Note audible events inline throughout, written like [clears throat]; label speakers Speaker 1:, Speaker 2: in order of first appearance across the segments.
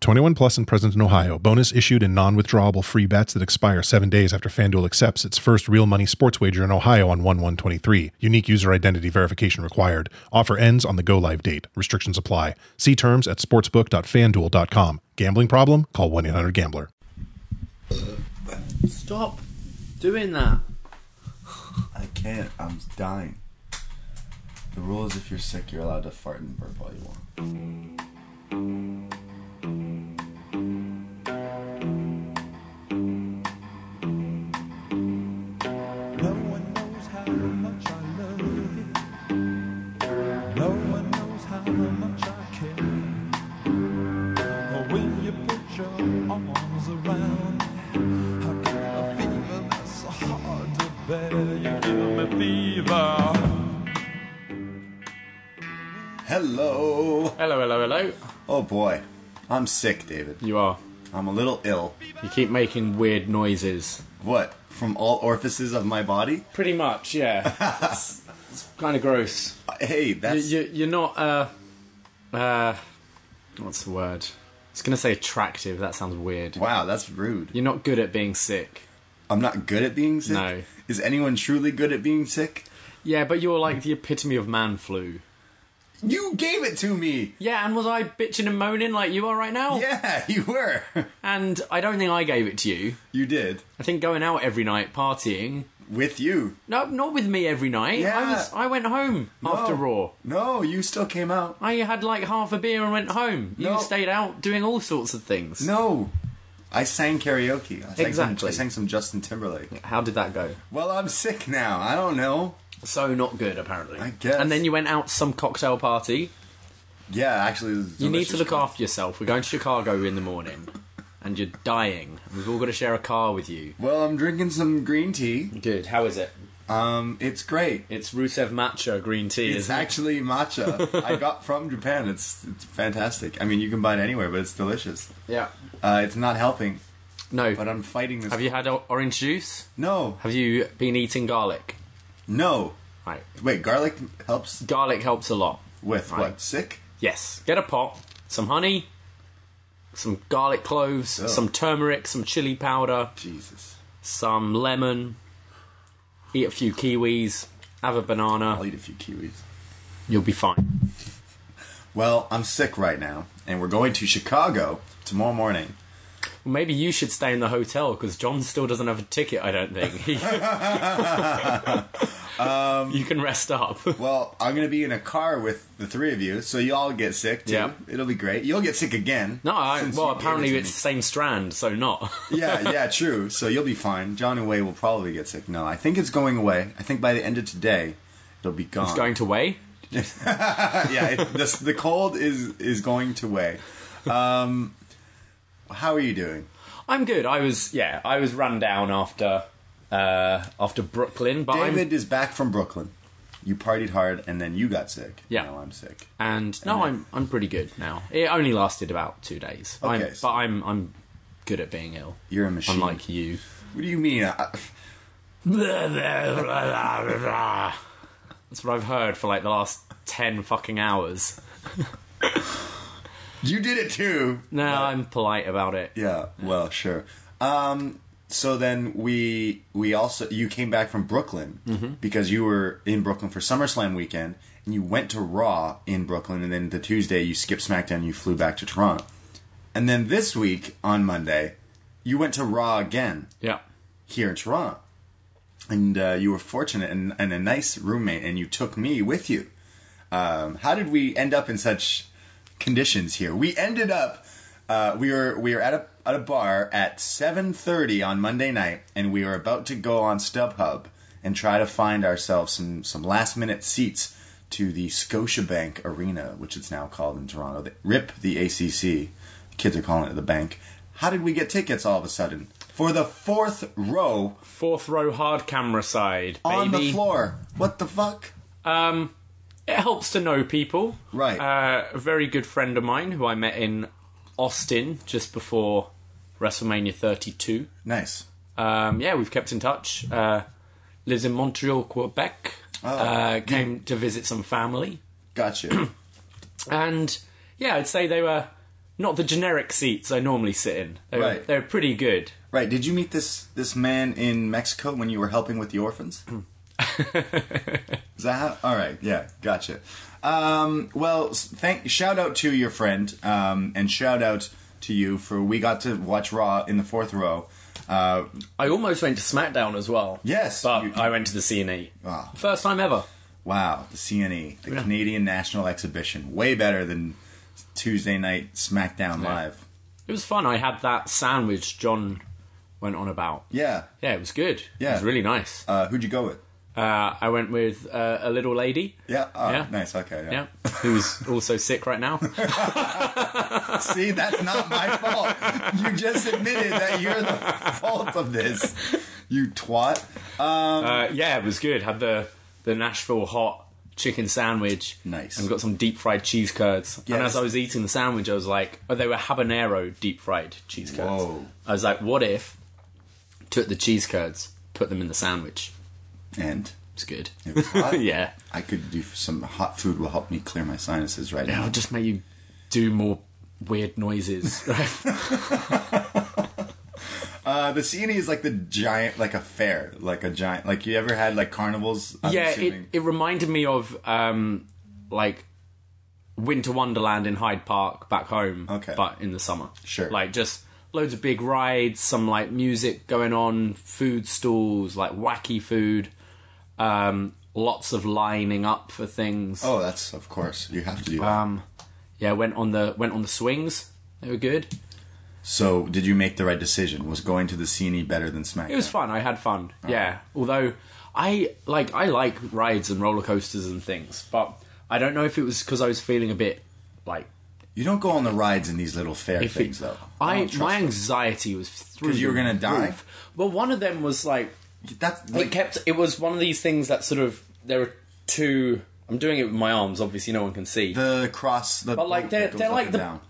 Speaker 1: 21 plus and present in Ohio. Bonus issued in non-withdrawable free bets that expire seven days after FanDuel accepts its first real money sports wager in Ohio on 1-1-23. Unique user identity verification required. Offer ends on the go-live date. Restrictions apply. See terms at sportsbook.fanduel.com. Gambling problem? Call 1-800-GAMBLER.
Speaker 2: Stop doing that.
Speaker 3: I can't. I'm dying. The rule is if you're sick, you're allowed to fart and burp all you want.
Speaker 4: No one knows how much I love you. No one knows how much I care. When you put your arms around, I get a fever that's so hard to bear. You give me fever.
Speaker 3: Hello.
Speaker 5: Hello, hello, hello.
Speaker 3: Oh boy, I'm sick, David.
Speaker 5: You are.
Speaker 3: I'm a little ill.
Speaker 5: You keep making weird noises.
Speaker 3: What? From all orifices of my body?
Speaker 5: Pretty much, [laughs] yeah. it's kind of gross.
Speaker 3: Uh, Hey,
Speaker 5: You,
Speaker 3: that's
Speaker 5: you, you're not, uh, uh, what's the word? I was going to say attractive, that sounds weird.
Speaker 3: wow. That's rude.
Speaker 5: You're not good at being sick.
Speaker 3: I'm not good at being sick.
Speaker 5: No.
Speaker 3: Is anyone truly good at being sick?
Speaker 5: Yeah, but you're like the epitome of man flu.
Speaker 3: You gave it to me.
Speaker 5: Yeah, and was I bitching and moaning like you are right now?
Speaker 3: Yeah, [laughs] you were.
Speaker 5: And I don't think I gave it to you.
Speaker 3: you did
Speaker 5: I think going out every night, partying.
Speaker 3: with you.
Speaker 5: No, not with me every night. I
Speaker 3: Yeah.
Speaker 5: was. I went home
Speaker 3: No.
Speaker 5: after Raw.
Speaker 3: No, you still came out.
Speaker 5: I had like half a beer and went home. You
Speaker 3: No.
Speaker 5: stayed out doing all sorts of things.
Speaker 3: No. I sang karaoke. I sang Some,
Speaker 5: Exactly.
Speaker 3: I sang some Justin Timberlake.
Speaker 5: How did that go?
Speaker 3: Well, I'm sick now. I don't know.
Speaker 5: So not good, apparently.
Speaker 3: I guess.
Speaker 5: And then you went out to some cocktail party.
Speaker 3: Yeah, actually, it was
Speaker 5: You need to
Speaker 3: delicious.
Speaker 5: look after yourself. We're going to Chicago in the morning, and you're dying. We've all got to share a car with you.
Speaker 3: Well, I'm drinking some green tea.
Speaker 5: Good. How is it?
Speaker 3: Um, it's great.
Speaker 5: It's Rusev matcha green tea.
Speaker 3: It's
Speaker 5: isn't it?
Speaker 3: actually
Speaker 5: [laughs]
Speaker 3: matcha. I got from Japan. It's it's fantastic. I mean, you can buy it anywhere, but it's delicious.
Speaker 5: Yeah.
Speaker 3: Uh, it's not helping,
Speaker 5: No.
Speaker 3: but I'm fighting this.
Speaker 5: Have you had o- orange juice?
Speaker 3: No,
Speaker 5: Have you been eating garlic?
Speaker 3: no.
Speaker 5: Right.
Speaker 3: Wait, garlic helps
Speaker 5: Garlic helps a lot.
Speaker 3: with
Speaker 5: Right.
Speaker 3: what? Sick?
Speaker 5: Yes. Get a pot, some honey, some garlic cloves,
Speaker 3: Oh.
Speaker 5: some turmeric, some chili powder,
Speaker 3: Jesus.
Speaker 5: some lemon. Eat a few kiwis, have a
Speaker 3: I'll
Speaker 5: banana.
Speaker 3: eat a few kiwis.
Speaker 5: You'll be fine.
Speaker 3: Well, I'm sick right now, and we're going to Chicago tomorrow morning.
Speaker 5: Maybe you should stay in the hotel because John still doesn't have a ticket. I don't think. [laughs]
Speaker 3: Um,
Speaker 5: you can rest up. [laughs]
Speaker 3: Well, I'm gonna be in a car with the three of you, so you all get sick too.
Speaker 5: Yeah.
Speaker 3: It'll be great. You'll get sick again.
Speaker 5: No, I,
Speaker 3: since
Speaker 5: well,
Speaker 3: you gave it
Speaker 5: apparently
Speaker 3: to
Speaker 5: it's
Speaker 3: me.
Speaker 5: the same strand, so
Speaker 3: [laughs]
Speaker 5: not.
Speaker 3: yeah, yeah, true. So you'll be fine. John and Way will probably get sick. No, I think it's going away. I think by the end of today, it'll be gone.
Speaker 5: It's going to weigh.
Speaker 3: [laughs] yeah, it, this, the cold is is going to Way. Um, how are you doing?
Speaker 5: I'm good. I was yeah. I was run down after uh, after Brooklyn, but [laughs] I'm
Speaker 3: David is back from Brooklyn. You partied hard, and then you got sick.
Speaker 5: Yeah.
Speaker 3: now I'm sick.
Speaker 5: and no, I'm I'm pretty good now. It only lasted about two days. I'm,
Speaker 3: Okay, so-
Speaker 5: but I'm I'm good at being ill.
Speaker 3: You're a machine.
Speaker 5: Unlike you.
Speaker 3: What do you mean? I, [laughs]
Speaker 5: That's what I've heard for like the last ten fucking hours.
Speaker 3: you did it too.
Speaker 5: No, I'm polite about it.
Speaker 3: Yeah. Well, sure. Um, so then we we also you came back from Brooklyn because you were in Brooklyn for SummerSlam weekend and you went to Raw in Brooklyn and then the Tuesday you skipped SmackDown you flew back to Toronto. And then this week on Monday you went to Raw again
Speaker 5: Yeah.
Speaker 3: here in Toronto. And uh, you were fortunate and, and a nice roommate and you took me with you. Um, how did we end up in such conditions here? We ended up uh, we were we were at a at a bar at 7:30 on Monday night, and we were about to go on StubHub and try to find ourselves some some last minute seats to the Scotiabank Arena, which it's now called in Toronto. The, Rip the ACC, kids are calling it the bank. How did we get tickets all of a sudden for the fourth row
Speaker 5: Fourth row hard camera side, baby.
Speaker 3: on the floor? What the fuck?
Speaker 5: Um, it helps to know people.
Speaker 3: Right.
Speaker 5: Uh, a very good friend of mine who I met in Austin just before WrestleMania 32.
Speaker 3: Nice.
Speaker 5: Um, yeah, we've kept in touch. Uh, lives in Montreal, Quebec.
Speaker 3: Ah,
Speaker 5: uh, came to visit some family.
Speaker 3: Gotcha.
Speaker 5: And yeah, I'd say they were not the generic seats I normally sit in. They were,
Speaker 3: Right.
Speaker 5: they were pretty good.
Speaker 3: right. Did you meet this this man in Mexico when you were helping with the orphans?
Speaker 5: Hmm.
Speaker 3: [laughs] Is that how? All right. Yeah. Gotcha. Um, well, s- thank. Shout out to your friend, um, and shout out to you for we got to watch Raw in the fourth row. Uh,
Speaker 5: I almost went to SmackDown as well.
Speaker 3: Yes,
Speaker 5: But
Speaker 3: you-
Speaker 5: I went to the E. CNE.
Speaker 3: Ah.
Speaker 5: First time ever.
Speaker 3: wow, the CNE, the Canadian National Exhibition, way better than Tuesday night SmackDown Live.
Speaker 5: It was fun. I had that sandwich John went on about.
Speaker 3: Yeah.
Speaker 5: Yeah, it was good.
Speaker 3: Yeah.
Speaker 5: It was really nice.
Speaker 3: Uh, who'd you go with?
Speaker 5: Uh, I went with uh, a little lady.
Speaker 3: Yeah. Oh,
Speaker 5: Yeah.
Speaker 3: Nice. Okay.
Speaker 5: Yeah.
Speaker 3: [laughs]
Speaker 5: Who's also sick right now.
Speaker 3: See, that's not my fault. You just admitted that you're the fault of this. You twat.
Speaker 5: Uh, yeah, it was good. Had the, the Nashville hot chicken sandwich.
Speaker 3: Nice.
Speaker 5: And got some deep fried cheese curds. And
Speaker 3: Yes.
Speaker 5: as I was eating the sandwich, I was like, oh, they were habanero deep fried cheese curds.
Speaker 3: Whoa.
Speaker 5: I was like, what if took the cheese curds, put them in the sandwich?
Speaker 3: And
Speaker 5: It's good.
Speaker 3: it was hot.
Speaker 5: [laughs] yeah.
Speaker 3: I could do some hot food will help me clear my sinuses right
Speaker 5: It'll
Speaker 3: now.
Speaker 5: just make you do more weird noises. [laughs]
Speaker 3: Uh, the CNE is like the giant, like a fair, like a giant. Like you ever had like carnivals? I'm
Speaker 5: yeah, it,
Speaker 3: assuming.
Speaker 5: it reminded me of um, like Winter Wonderland in Hyde Park back home,
Speaker 3: Okay.
Speaker 5: but in the summer.
Speaker 3: Sure.
Speaker 5: Like just loads of big rides, some like music going on, food stalls, like wacky food, um, lots of lining up for things.
Speaker 3: oh, that's of course you have to do. that.
Speaker 5: Um, yeah, went on the went on the swings. They were good.
Speaker 3: so, did you make the right decision? Was going to the CNE better than SmackDown?
Speaker 5: It was fun. I had fun. Yeah. Although I like I like rides and roller coasters and things, but I don't know if it was because I was feeling a bit like
Speaker 3: You don't go on the rides in these little fair
Speaker 5: if it-
Speaker 3: things though.
Speaker 5: I,
Speaker 3: don't trust
Speaker 5: my
Speaker 3: them.
Speaker 5: anxiety was through
Speaker 3: 'Cause you were
Speaker 5: the
Speaker 3: gonna die?
Speaker 5: roof. Well, one of them was like
Speaker 3: that's
Speaker 5: it kept. It was one of these things that sort of there are two. I'm doing it with my arms. Obviously, no one can see.
Speaker 3: the cross. The
Speaker 5: but like
Speaker 3: boat
Speaker 5: they're
Speaker 3: that goes
Speaker 5: they're
Speaker 3: up
Speaker 5: like
Speaker 3: and
Speaker 5: the
Speaker 3: down.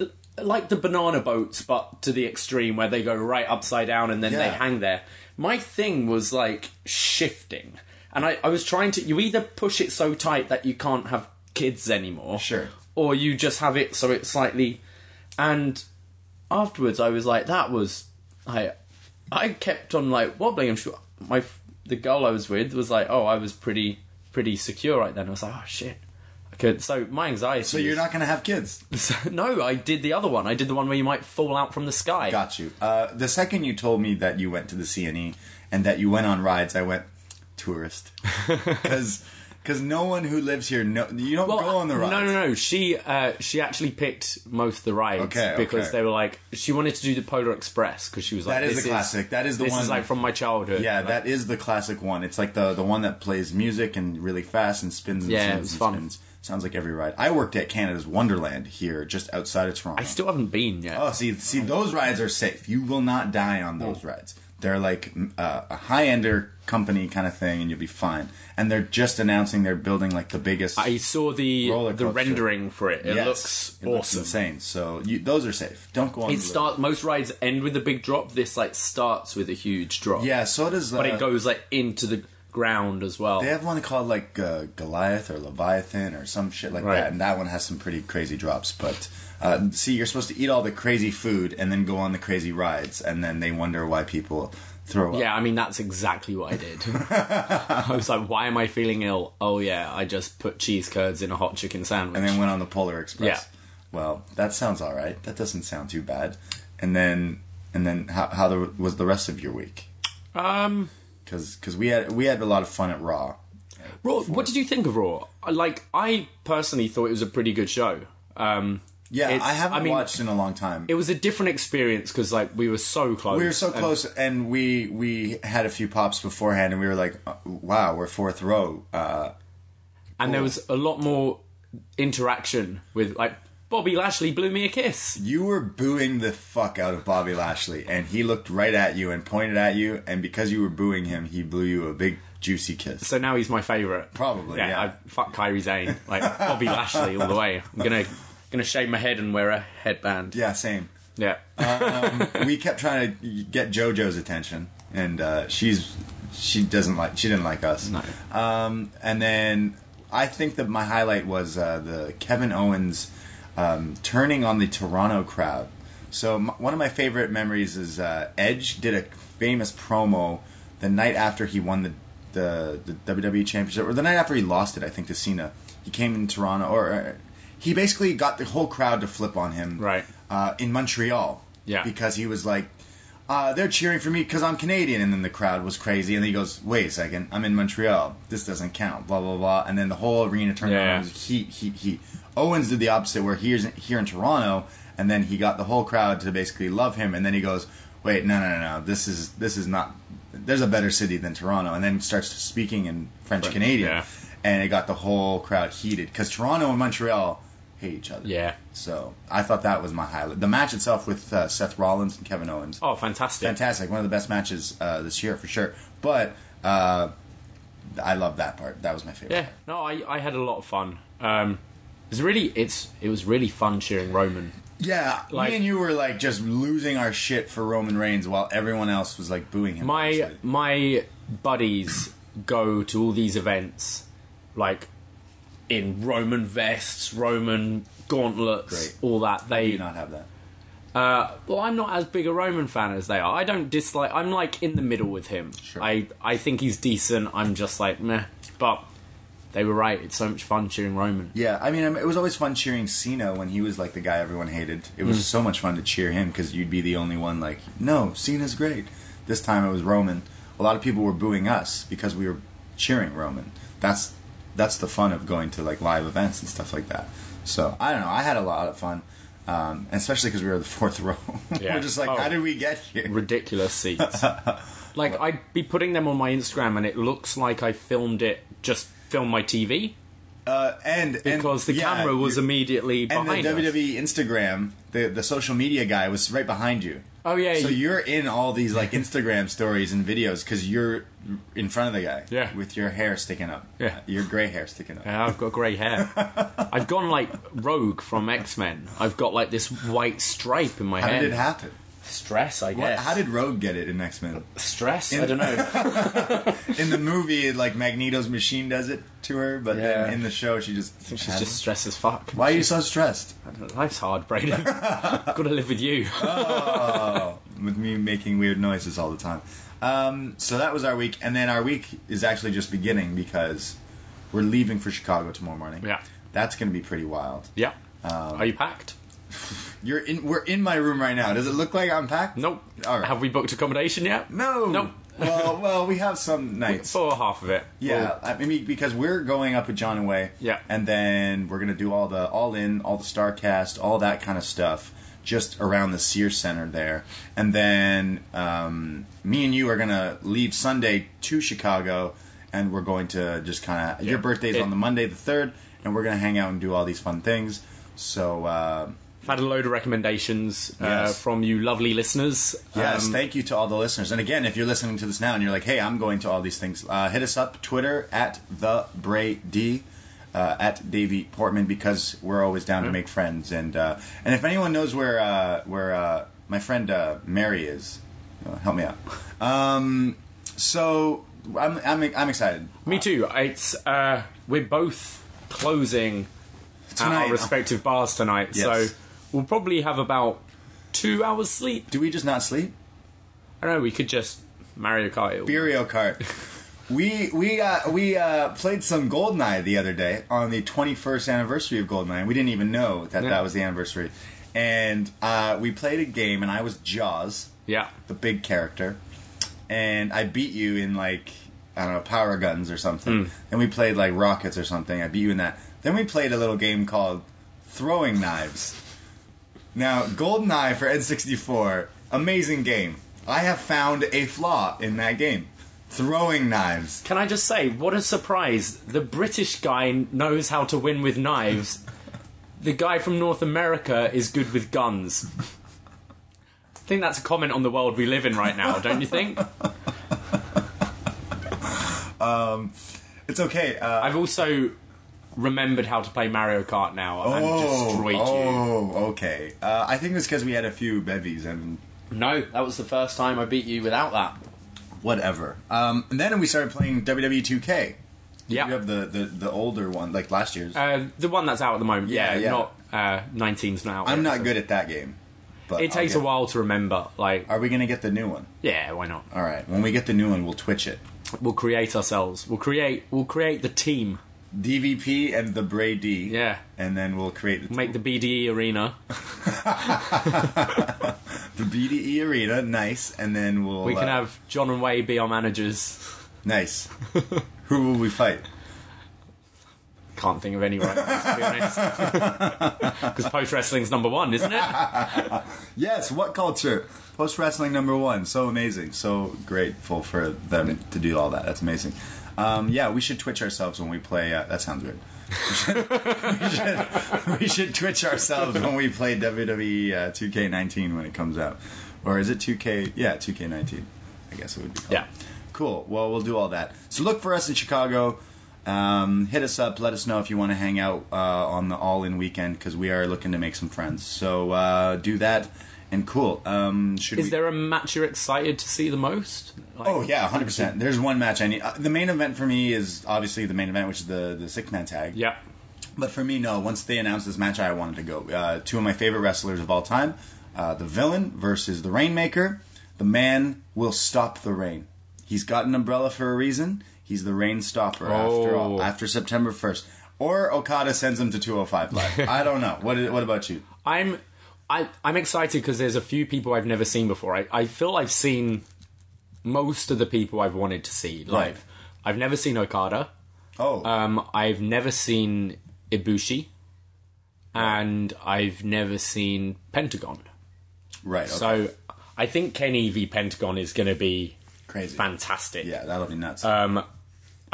Speaker 5: like the banana boats, but to the extreme where they go right upside down and then they
Speaker 3: Yeah.
Speaker 5: hang there. My thing was like shifting, and I I was trying to. You either push it so tight that you can't have kids anymore,
Speaker 3: Sure.
Speaker 5: or you just have it so it's slightly. And afterwards, I was like, that was I I kept on like wobbling. I'm sure my f- the girl I was with was like, oh, I was pretty pretty secure right then. I was like, oh shit. Okay, so my anxiety.
Speaker 3: So you're
Speaker 5: was-
Speaker 3: not going to have kids.
Speaker 5: [laughs] no, I did the other one. I did the one where you might fall out from the sky.
Speaker 3: Got you. Uh, the second you told me that you went to the CNE and that you went on rides, I went tourist
Speaker 5: [laughs]
Speaker 3: because no one who lives here no you don't
Speaker 5: Well,
Speaker 3: go on the rides.
Speaker 5: No, no, no. She uh, she actually picked most of the rides
Speaker 3: Okay,
Speaker 5: because
Speaker 3: okay.
Speaker 5: they were like she wanted to do the Polar Express because she was like
Speaker 3: That is
Speaker 5: this
Speaker 3: the classic. That is the
Speaker 5: this
Speaker 3: one-
Speaker 5: is like from my childhood.
Speaker 3: Yeah,
Speaker 5: Like,
Speaker 3: that is the classic one. It's like the the one that plays music and really fast and spins and
Speaker 5: Yeah,
Speaker 3: spins
Speaker 5: it was
Speaker 3: and
Speaker 5: fun.
Speaker 3: spins. Sounds like every ride. I worked at Canada's Wonderland here, just outside of Toronto.
Speaker 5: I still haven't been yet.
Speaker 3: Oh, see, see, those rides are safe. You will not die on those rides. They're like mm, uh, a high-ender company kind of thing, and you'll be fine. And they're just announcing they're building like the biggest.
Speaker 5: I saw the
Speaker 3: Roller
Speaker 5: the
Speaker 3: coaster.
Speaker 5: rendering for it. It
Speaker 3: Yes.
Speaker 5: looks
Speaker 3: It
Speaker 5: awesome.
Speaker 3: insane. So you, those are safe. Don't go on.
Speaker 5: it
Speaker 3: the-
Speaker 5: start most rides end with a big drop. This like starts with a huge drop.
Speaker 3: Yeah, so does. Uh,
Speaker 5: but it goes like into the ground as well.
Speaker 3: They have one called like uh, Goliath or Leviathan or some shit like
Speaker 5: Right.
Speaker 3: that, and that one has some pretty crazy drops. But uh, see, you're supposed to eat all the crazy food and then go on the crazy rides, and then they wonder why people throw up.
Speaker 5: Yeah, I mean that's exactly what I
Speaker 3: [laughs]
Speaker 5: did. I was like, "Why am I feeling ill?" Oh yeah, I just put cheese curds in a hot chicken sandwich.
Speaker 3: and then went on the Polar Express.
Speaker 5: Yeah.
Speaker 3: Well, that sounds all right. That doesn't sound too bad. And then, and then, how, how the, was the rest of your week?
Speaker 5: um,
Speaker 3: Because we had we had a lot of fun at Raw.
Speaker 5: Raw. What did you think of Raw? Like, I personally thought it was a pretty good show. Um,
Speaker 3: Yeah,
Speaker 5: it's-
Speaker 3: I haven't
Speaker 5: I mean,
Speaker 3: watched in a long time.
Speaker 5: It was a different experience because like we were so close.
Speaker 3: we were so
Speaker 5: and-
Speaker 3: close, and we we had a few pops beforehand, and we were like, uh, "Wow, we're fourth row." Uh,
Speaker 5: and there was a lot more interaction with like Bobby Lashley blew me a kiss.
Speaker 3: you were booing the fuck out of Bobby Lashley, and he looked right at you and pointed at you, and because you were booing him, he blew you a big juicy kiss.
Speaker 5: So now he's my favorite.
Speaker 3: Probably, yeah.
Speaker 5: I, fuck Kyrie Zane, like Bobby Lashley all the way. I'm gonna gonna shave my head and wear a headband.
Speaker 3: yeah, same.
Speaker 5: Yeah.
Speaker 3: we kept trying to get JoJo's attention, and uh, she's she doesn't like she didn't like us.
Speaker 5: No.
Speaker 3: Um, and then I think that my highlight was uh, the Kevin Owens um, turning on the Toronto crowd. So m- one of my favorite memories is uh, Edge did a famous promo the night after he won the, the the WWE championship, or the night after he lost it, I think to Cena. He came in Toronto, or uh, he basically got the whole crowd to flip on him,
Speaker 5: Right.
Speaker 3: Uh, in Montreal,
Speaker 5: Yeah.
Speaker 3: because he was like, uh, they're cheering for me because I'm Canadian. And then the crowd was crazy. And then he goes, wait a second, I'm in Montreal. This doesn't count, blah, blah, blah. And then the whole arena turned
Speaker 5: Yeah.
Speaker 3: around. and It was heat, heat, heat. Owens did the opposite, where he's here in Toronto. And then he got the whole crowd to basically love him. And then he goes, wait, no, no, no, no. This is, this is not, there's a better city than Toronto. And then starts speaking in French Canadian.
Speaker 5: yeah.
Speaker 3: And it got the whole crowd heated because Toronto and Montreal hate each other.
Speaker 5: Yeah.
Speaker 3: So I thought that was my highlight. The match itself with uh, Seth Rollins and Kevin Owens,
Speaker 5: oh, fantastic.
Speaker 3: fantastic, one of the best matches uh, this year for sure. But uh, I love that part. That was my favorite.
Speaker 5: Yeah. No, I, I had a lot of fun. Um, it was really it's it was really fun cheering Roman.
Speaker 3: Yeah,
Speaker 5: Like-
Speaker 3: me and you were like just losing our shit for Roman Reigns while everyone else was like booing him.
Speaker 5: My
Speaker 3: obviously.
Speaker 5: my buddies go to all these events, like in Roman vests, Roman gauntlets,
Speaker 3: Great.
Speaker 5: all that. They
Speaker 3: do not have that.
Speaker 5: Uh, well, I'm not as big a Roman fan as they are. I don't dislike. I'm like in the middle with him.
Speaker 3: Sure.
Speaker 5: I I think he's decent. I'm just like meh. But they were right. It's so much fun cheering Roman.
Speaker 3: Yeah, I mean, I mean, it was always fun cheering Cena when he was like the guy everyone hated. It
Speaker 5: Mm.
Speaker 3: was so much fun to cheer him because you'd be the only one like, no, Cena's great. This time it was Roman. A lot of people were booing us because we were cheering Roman. That's that's the fun of going to like live events and stuff like that. So I don't know. I had a lot of fun, um, especially because we were the [laughs] fourth row.
Speaker 5: Yeah.
Speaker 3: we're just like,
Speaker 5: Oh.
Speaker 3: how did we get here? [laughs]
Speaker 5: Ridiculous seats. like I'd be putting them on my Instagram, and it looks like I filmed it. Just filmed my TV
Speaker 3: Uh, and and-
Speaker 5: because the
Speaker 3: yeah,
Speaker 5: camera was
Speaker 3: you-
Speaker 5: immediately
Speaker 3: And
Speaker 5: behind
Speaker 3: the E
Speaker 5: us.
Speaker 3: WWE Instagram, the the social media guy was right behind you.
Speaker 5: Oh yeah.
Speaker 3: So
Speaker 5: you-
Speaker 3: you're in all these like Instagram stories and videos because you're in front of the guy.
Speaker 5: Yeah.
Speaker 3: With your hair sticking up. Uh,
Speaker 5: Yeah.
Speaker 3: Your gray hair sticking up.
Speaker 5: Yeah, I've got grey hair.
Speaker 3: [laughs]
Speaker 5: I've gone like Rogue from X Men. I've got like this white stripe in my
Speaker 3: How
Speaker 5: hair.
Speaker 3: did it happen?
Speaker 5: Stress, I
Speaker 3: What,
Speaker 5: guess.
Speaker 3: How did Rogue get it in X Men?
Speaker 5: stress? I
Speaker 3: [laughs]
Speaker 5: don't know.
Speaker 3: In the movie, like Magneto's machine does it to her, but
Speaker 5: Yeah.
Speaker 3: then in the show, she just
Speaker 5: She's just stressed as fuck.
Speaker 3: Why are you so stressed?
Speaker 5: Life's hard,
Speaker 3: [laughs]
Speaker 5: Braden. Gotta live with you.
Speaker 3: with me making weird noises all the time. Um, so that was our week, and then our week is actually just beginning because we're leaving for Chicago tomorrow morning.
Speaker 5: Yeah.
Speaker 3: That's going to be pretty wild.
Speaker 5: yeah.
Speaker 3: Um,
Speaker 5: Are you packed?
Speaker 3: You're in. We're in my room right now. Does it look like I'm packed?
Speaker 5: Nope.
Speaker 3: All right.
Speaker 5: Have we booked accommodation yet?
Speaker 3: No.
Speaker 5: Nope.
Speaker 3: well, well, we have
Speaker 5: [laughs] Oh.
Speaker 3: some nights.
Speaker 5: For half of it.
Speaker 3: Yeah, I mean because we're going up with John and Way.
Speaker 5: Yeah.
Speaker 3: And then we're gonna do all the all in, all the star cast, all that kind of stuff, just around the Sears Center there. And then um, me and you are gonna leave Sunday to Chicago, and we're going to just kind of your birthday's
Speaker 5: It-
Speaker 3: on the Monday the third, and we're gonna hang out and do all these fun things. So. Uh,
Speaker 5: I've had a load of recommendations uh,
Speaker 3: Yes.
Speaker 5: from you lovely listeners.
Speaker 3: Yes,
Speaker 5: Um,
Speaker 3: thank you to all the listeners. And again, if you're listening to this now and you're like, "Hey, I'm going to all these things," uh, hit us up Twitter at the Bray D, uh, at Davey Portman because we're always down to make friends. And uh, and if anyone knows where uh, where uh, my friend uh, Mary is, uh, help me out. Um, so I'm, I'm I'm excited.
Speaker 5: Me too. It's uh, we're both closing at
Speaker 3: Tonight.
Speaker 5: our respective bars tonight,
Speaker 3: Yes.
Speaker 5: so we'll probably have about two hours sleep.
Speaker 3: Do we just not sleep?
Speaker 5: I don't know. We could just Mario Kart. it-
Speaker 3: Burio Kart. We we uh, we uh, played some Goldeneye the other day on the 21st anniversary of Goldeneye. We didn't even know that
Speaker 5: Yeah.
Speaker 3: that was the anniversary, and uh, we played a game, and I was Jaws,
Speaker 5: Yeah.
Speaker 3: the big character, and I beat you in like I don't know power guns or
Speaker 5: Hmm.
Speaker 3: something. And we played like rockets or something. I beat you in that. Then we played a little game called throwing knives. Now, GoldenEye for N64, amazing game. I have found a flaw in that game. Throwing knives.
Speaker 5: Can I just say, what a surprise! The British guy knows how to win with knives. The guy from North America is good with guns. I think that's a comment on the world we live in right now, don't you think?
Speaker 3: [laughs] It's okay. Uh,
Speaker 5: I've also remembered how to play Mario Kart now and destroyed you.
Speaker 3: oh, okay. Uh, I think it's because we had a few bevies and
Speaker 5: No, that was the first time I beat you without that.
Speaker 3: whatever. Um, and then we started playing E WW2K.
Speaker 5: Yeah.
Speaker 3: You have the, the, the older one, like last year's.
Speaker 5: Uh, the one that's out at the moment.
Speaker 3: Yeah,
Speaker 5: Yeah,
Speaker 3: yeah.
Speaker 5: not uh, 19's now.
Speaker 3: I'm not good at that game. But
Speaker 5: It
Speaker 3: I'll
Speaker 5: takes
Speaker 3: get-
Speaker 5: a while to remember. Like,
Speaker 3: Are we going to get the new one?
Speaker 5: yeah, why not?
Speaker 3: All right. When we get the new one, we'll Twitch it.
Speaker 5: We'll create ourselves. We'll create. We'll create the team.
Speaker 3: DVP and the Bray D.
Speaker 5: Yeah.
Speaker 3: And then we'll create the,
Speaker 5: Make the BDE arena.
Speaker 3: the BDE E Arena. Nice. And then we'll.
Speaker 5: We can
Speaker 3: uh,
Speaker 5: have John and Way be our managers. [laughs]
Speaker 3: Nice. Who will we fight?
Speaker 5: Can't think of any right now, to be
Speaker 3: [laughs]
Speaker 5: honest. [laughs] Because post wrestling's number one, isn't it?
Speaker 3: Yes, what culture? Post wrestling number one. So amazing. So grateful for them to do all that. That's amazing. Um, yeah, we should Twitch ourselves when we play. Uh, that sounds weird. [laughs] we, should, we should Twitch ourselves when we play WWE uh, 2K19 when it comes out. Or is it 2K? Yeah, 2K19. I guess it would be called.
Speaker 5: Yeah.
Speaker 3: Cool. Well, we'll do all that. So look for us in Chicago. Um, hit us up. Let us know if you want to hang out uh, on the All In weekend because we are looking to make some friends. So uh, do that and cool. Um, should
Speaker 5: Is
Speaker 3: we-
Speaker 5: there a match you're excited to see the most? Like,
Speaker 3: Oh yeah, hundred percent. There's one match I need. Uh, the main event for me is obviously the main event, which is the the six man tag.
Speaker 5: Yeah.
Speaker 3: But for me, no. Once they announced this match, I wanted to go. Uh, two of my favorite wrestlers of all time, uh, the villain versus the Rainmaker. The man will stop the rain. He's got an umbrella for a reason. He's the rain stopper after all.
Speaker 5: Oh.
Speaker 3: After September first, or Okada sends him to 205
Speaker 5: [laughs]
Speaker 3: Live. I don't know. What What about you?
Speaker 5: I'm I, I'm excited because there's a few people I've never seen before. I, I feel I've seen most of the people I've wanted to see live.
Speaker 3: Right.
Speaker 5: I've never seen Okada.
Speaker 3: Oh,
Speaker 5: Um, I've never seen Ibushi, and I've never seen Pentagon.
Speaker 3: right. Okay.
Speaker 5: So I think Kenny v Pentagon is going to be
Speaker 3: Crazy.
Speaker 5: fantastic.
Speaker 3: Yeah, that'll be nuts.
Speaker 5: Um,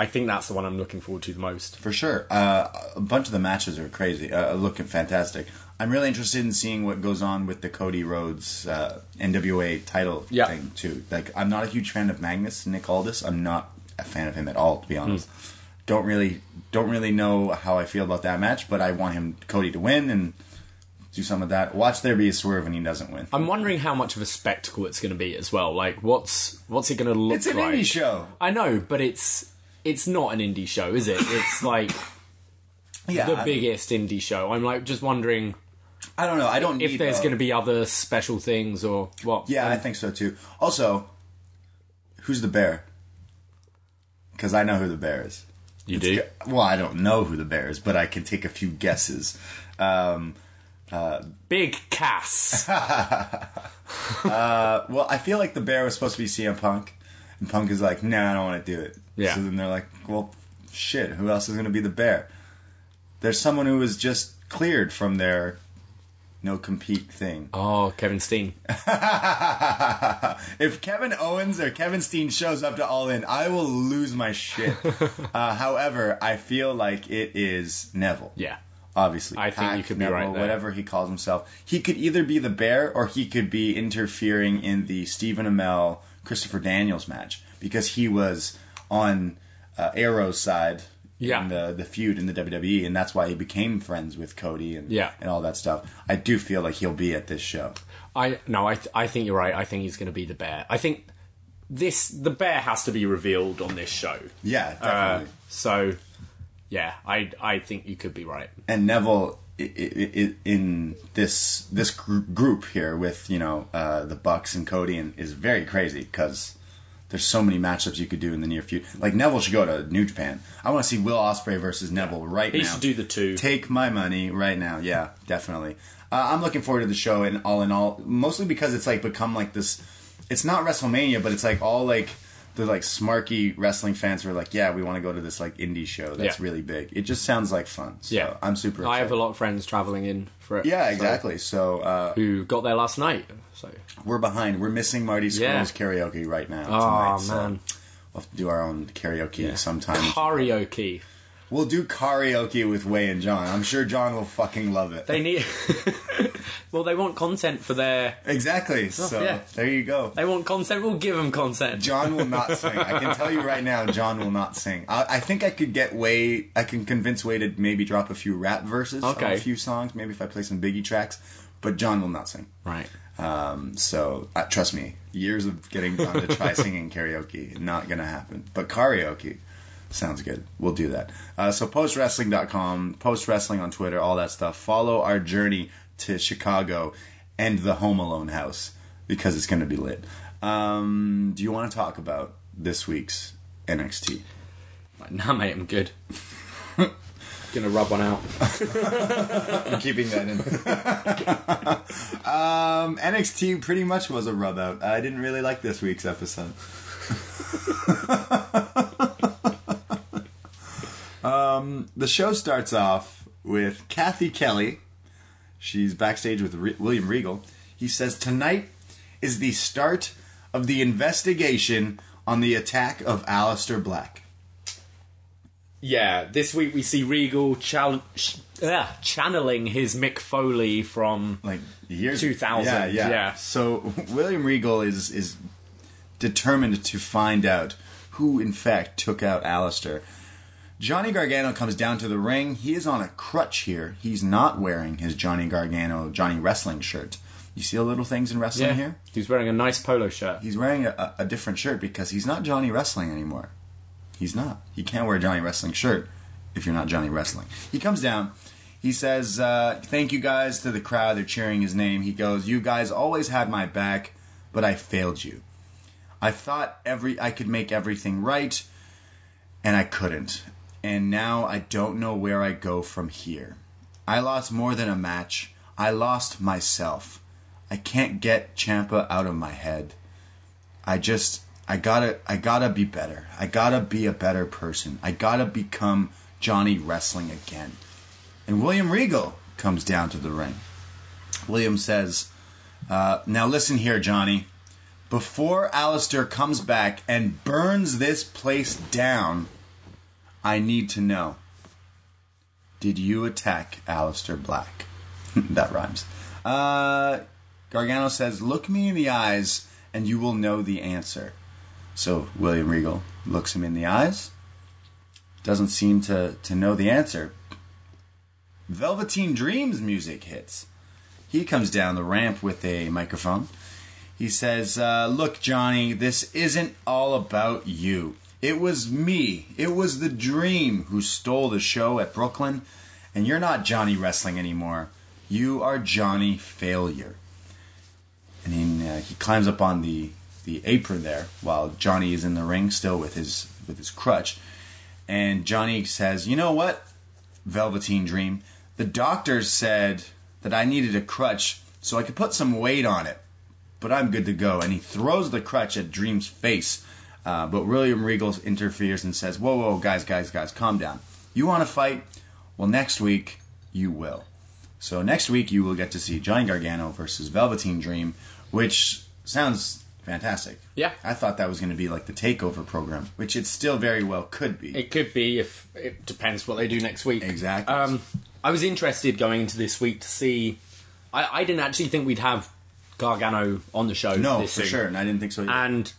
Speaker 5: I think that's the one I'm looking forward to the most.
Speaker 3: For sure. Uh, a bunch of the matches are crazy, uh, looking fantastic. I'm really interested in seeing what goes on with the Cody Rhodes uh, NWA title
Speaker 5: Yeah.
Speaker 3: thing, too. Like, I'm not a huge fan of Magnus Nick Aldis. I'm not a fan of him at all, to be honest.
Speaker 5: Hmm.
Speaker 3: Don't really, don't really know how I feel about that match, but I want him Cody to win and do some of that. Watch there be a swerve and he doesn't win.
Speaker 5: I'm wondering how much of a spectacle it's going to be as well. Like, what's what's it going to look
Speaker 3: it's an
Speaker 5: like?
Speaker 3: indie show.
Speaker 5: I know, but it's it's not an indie show, is it? It's like
Speaker 3: [laughs] Yeah,
Speaker 5: the
Speaker 3: I-
Speaker 5: biggest indie show. I'm like just wondering
Speaker 3: I don't know. I don't
Speaker 5: if
Speaker 3: need
Speaker 5: there's
Speaker 3: a-
Speaker 5: going to be other special things or what.
Speaker 3: Yeah, I think so too. Also, who's the bear? Because I know who the bear is.
Speaker 5: you do.
Speaker 3: Well, I don't know who the bear is, but I can take a few guesses. Um,
Speaker 5: Big
Speaker 3: [laughs]
Speaker 5: Cass.
Speaker 3: well, I feel like the bear was supposed to be CM Punk, and Punk is like, "No, nah, I don't want to do it."
Speaker 5: Yeah.
Speaker 3: So then they're like, "Well, shit, who else is going to be the bear?" There's someone who was just cleared from their no compete thing.
Speaker 5: oh, Kevin Steen.
Speaker 3: [laughs] if Kevin Owens or Kevin Steen shows up to All In, I will lose my
Speaker 5: [laughs]
Speaker 3: shit. uh, however, I feel like it is Neville.
Speaker 5: Yeah.
Speaker 3: Obviously.
Speaker 5: I think you could be right there.
Speaker 3: Whatever he calls himself. He could either be the bear or he could be interfering in the Stephen Amell Christopher Daniels match because he was on uh, Arrow's side
Speaker 5: Yeah.
Speaker 3: in the, the feud in the WWE and that's why he became friends with Cody and,
Speaker 5: Yeah.
Speaker 3: and all that stuff. I do feel like he'll be at this show.
Speaker 5: I no, I th- I think you're right. I think he's going to be the bear. I think this the bear has to be revealed on this show.
Speaker 3: Yeah,
Speaker 5: Uh,
Speaker 3: definitely.
Speaker 5: so yeah, I I think you could be right.
Speaker 3: and Neville i- i- i- in this this gr- group here with you know uh, the Bucks and Cody and is very crazy because There's so many matchups you could do in the near future. Like Neville should go to New Japan. I want to see Will Osprey versus Neville right
Speaker 5: He
Speaker 3: now.
Speaker 5: should do the two.
Speaker 3: Take my money right now. Yeah, definitely. Uh, I'm looking forward to the show, and all in all, mostly because it's like become like this. It's not WrestleMania, but it's like all like the like smarky wrestling fans who are like, yeah, we want to go to this like indie show that's
Speaker 5: Yeah.
Speaker 3: really big. It just sounds like fun. So
Speaker 5: yeah,
Speaker 3: I'm super.
Speaker 5: I have
Speaker 3: excited.
Speaker 5: a lot of friends traveling in for it.
Speaker 3: Yeah,
Speaker 5: so-
Speaker 3: exactly. So uh,
Speaker 5: who got there last night? So
Speaker 3: we're behind. We're missing Marty Scurll's
Speaker 5: Yeah.
Speaker 3: karaoke right now. tonight,
Speaker 5: oh
Speaker 3: so
Speaker 5: man,
Speaker 3: we'll have to do our own karaoke sometime.
Speaker 5: karaoke.
Speaker 3: we'll do karaoke with Way and John. I'm sure John will fucking love it.
Speaker 5: They need. [laughs] well, they want content for their.
Speaker 3: exactly. So
Speaker 5: yeah.
Speaker 3: there you go.
Speaker 5: They want content. We'll give them content.
Speaker 3: John will not sing. I can tell you right now, John will not sing. I, I think I could get Way. I can convince Way to maybe drop a few rap verses, on
Speaker 5: Okay.
Speaker 3: a few songs, maybe if I play some Biggie tracks. But John will not sing.
Speaker 5: right.
Speaker 3: Um, so uh, trust me, years of getting John to try singing karaoke, not gonna happen. But karaoke sounds good. We'll do that. Uh, so postwrestling.com, post wrestling on Twitter, all that stuff. Follow our journey to Chicago and the Home Alone house because it's gonna be lit. Um, do you want to talk about this week's NXT?
Speaker 5: Like, nah, mate, I'm good. [laughs] Gonna rub one out.
Speaker 3: [laughs] I'm keeping that in. [laughs] um, NXT pretty much was a rub out. I didn't really like this week's episode. [laughs] um, the show starts off with Kathy Kelly. She's backstage with Re- William Regal. He says, Tonight is the start of the investigation on the attack of Alistair Black.
Speaker 5: Yeah, this week we see Regal chal- sh- uh, channeling his Mick Foley from
Speaker 3: like years
Speaker 5: 2000,
Speaker 3: Yeah, yeah.
Speaker 5: yeah.
Speaker 3: So [laughs] William Regal is is determined to find out who in fact took out Alistair. Johnny Gargano comes down to the ring. He is on a crutch here. He's not wearing his Johnny Gargano Johnny wrestling shirt. You see the little things in wrestling here?
Speaker 5: He's wearing a nice polo shirt.
Speaker 3: He's wearing a, a different shirt because he's not Johnny Wrestling anymore. He's not. He can't wear a Johnny Wrestling shirt if you're not Johnny Wrestling. He comes down. He says, uh, Thank you guys to the crowd. They're cheering his name. He goes, You guys always had my back, but I failed you. I thought every I could make everything right, and I couldn't. And now I don't know where I go from here. I lost more than a match. I lost myself. I can't get Champa out of my head. I just I gotta I gotta be better. I gotta be a better person. I gotta become Johnny Wrestling again. And William Regal comes down to the ring. William says, uh, now listen here, Johnny. Before Alistair comes back and burns this place down, I need to know. Did you attack Alistair Black? [laughs] that rhymes. Uh, Gargano says, Look me in the eyes and you will know the answer. So William Regal looks him in the eyes, doesn't seem to, to know the answer. Velveteen Dreams music hits. He comes down the ramp with a microphone. He says, uh, Look, Johnny, this isn't all about you. It was me. It was the dream who stole the show at Brooklyn, and you're not Johnny Wrestling anymore. You are Johnny Failure and he, uh, he climbs up on the the apron there while Johnny is in the ring still with his with his crutch. And Johnny says, "You know what, Velveteen Dream? The doctor said that I needed a crutch so I could put some weight on it, but I'm good to go." And he throws the crutch at Dream's face. Uh, but William Regal interferes and says, "Whoa, whoa, guys, guys, guys, calm down. You want to fight? Well, next week you will." So next week you will get to see Johnny Gargano versus Velveteen Dream, which sounds fantastic.
Speaker 5: Yeah.
Speaker 3: I thought that was going to be like the takeover program, which it still very well could be.
Speaker 5: It could be if it depends what they do next week.
Speaker 3: Exactly.
Speaker 5: Um, I was interested going into this week to see. I, I didn't actually think we'd have Gargano on the show.
Speaker 3: no,
Speaker 5: this
Speaker 3: for
Speaker 5: soon.
Speaker 3: sure, and I didn't think so. Either.
Speaker 5: And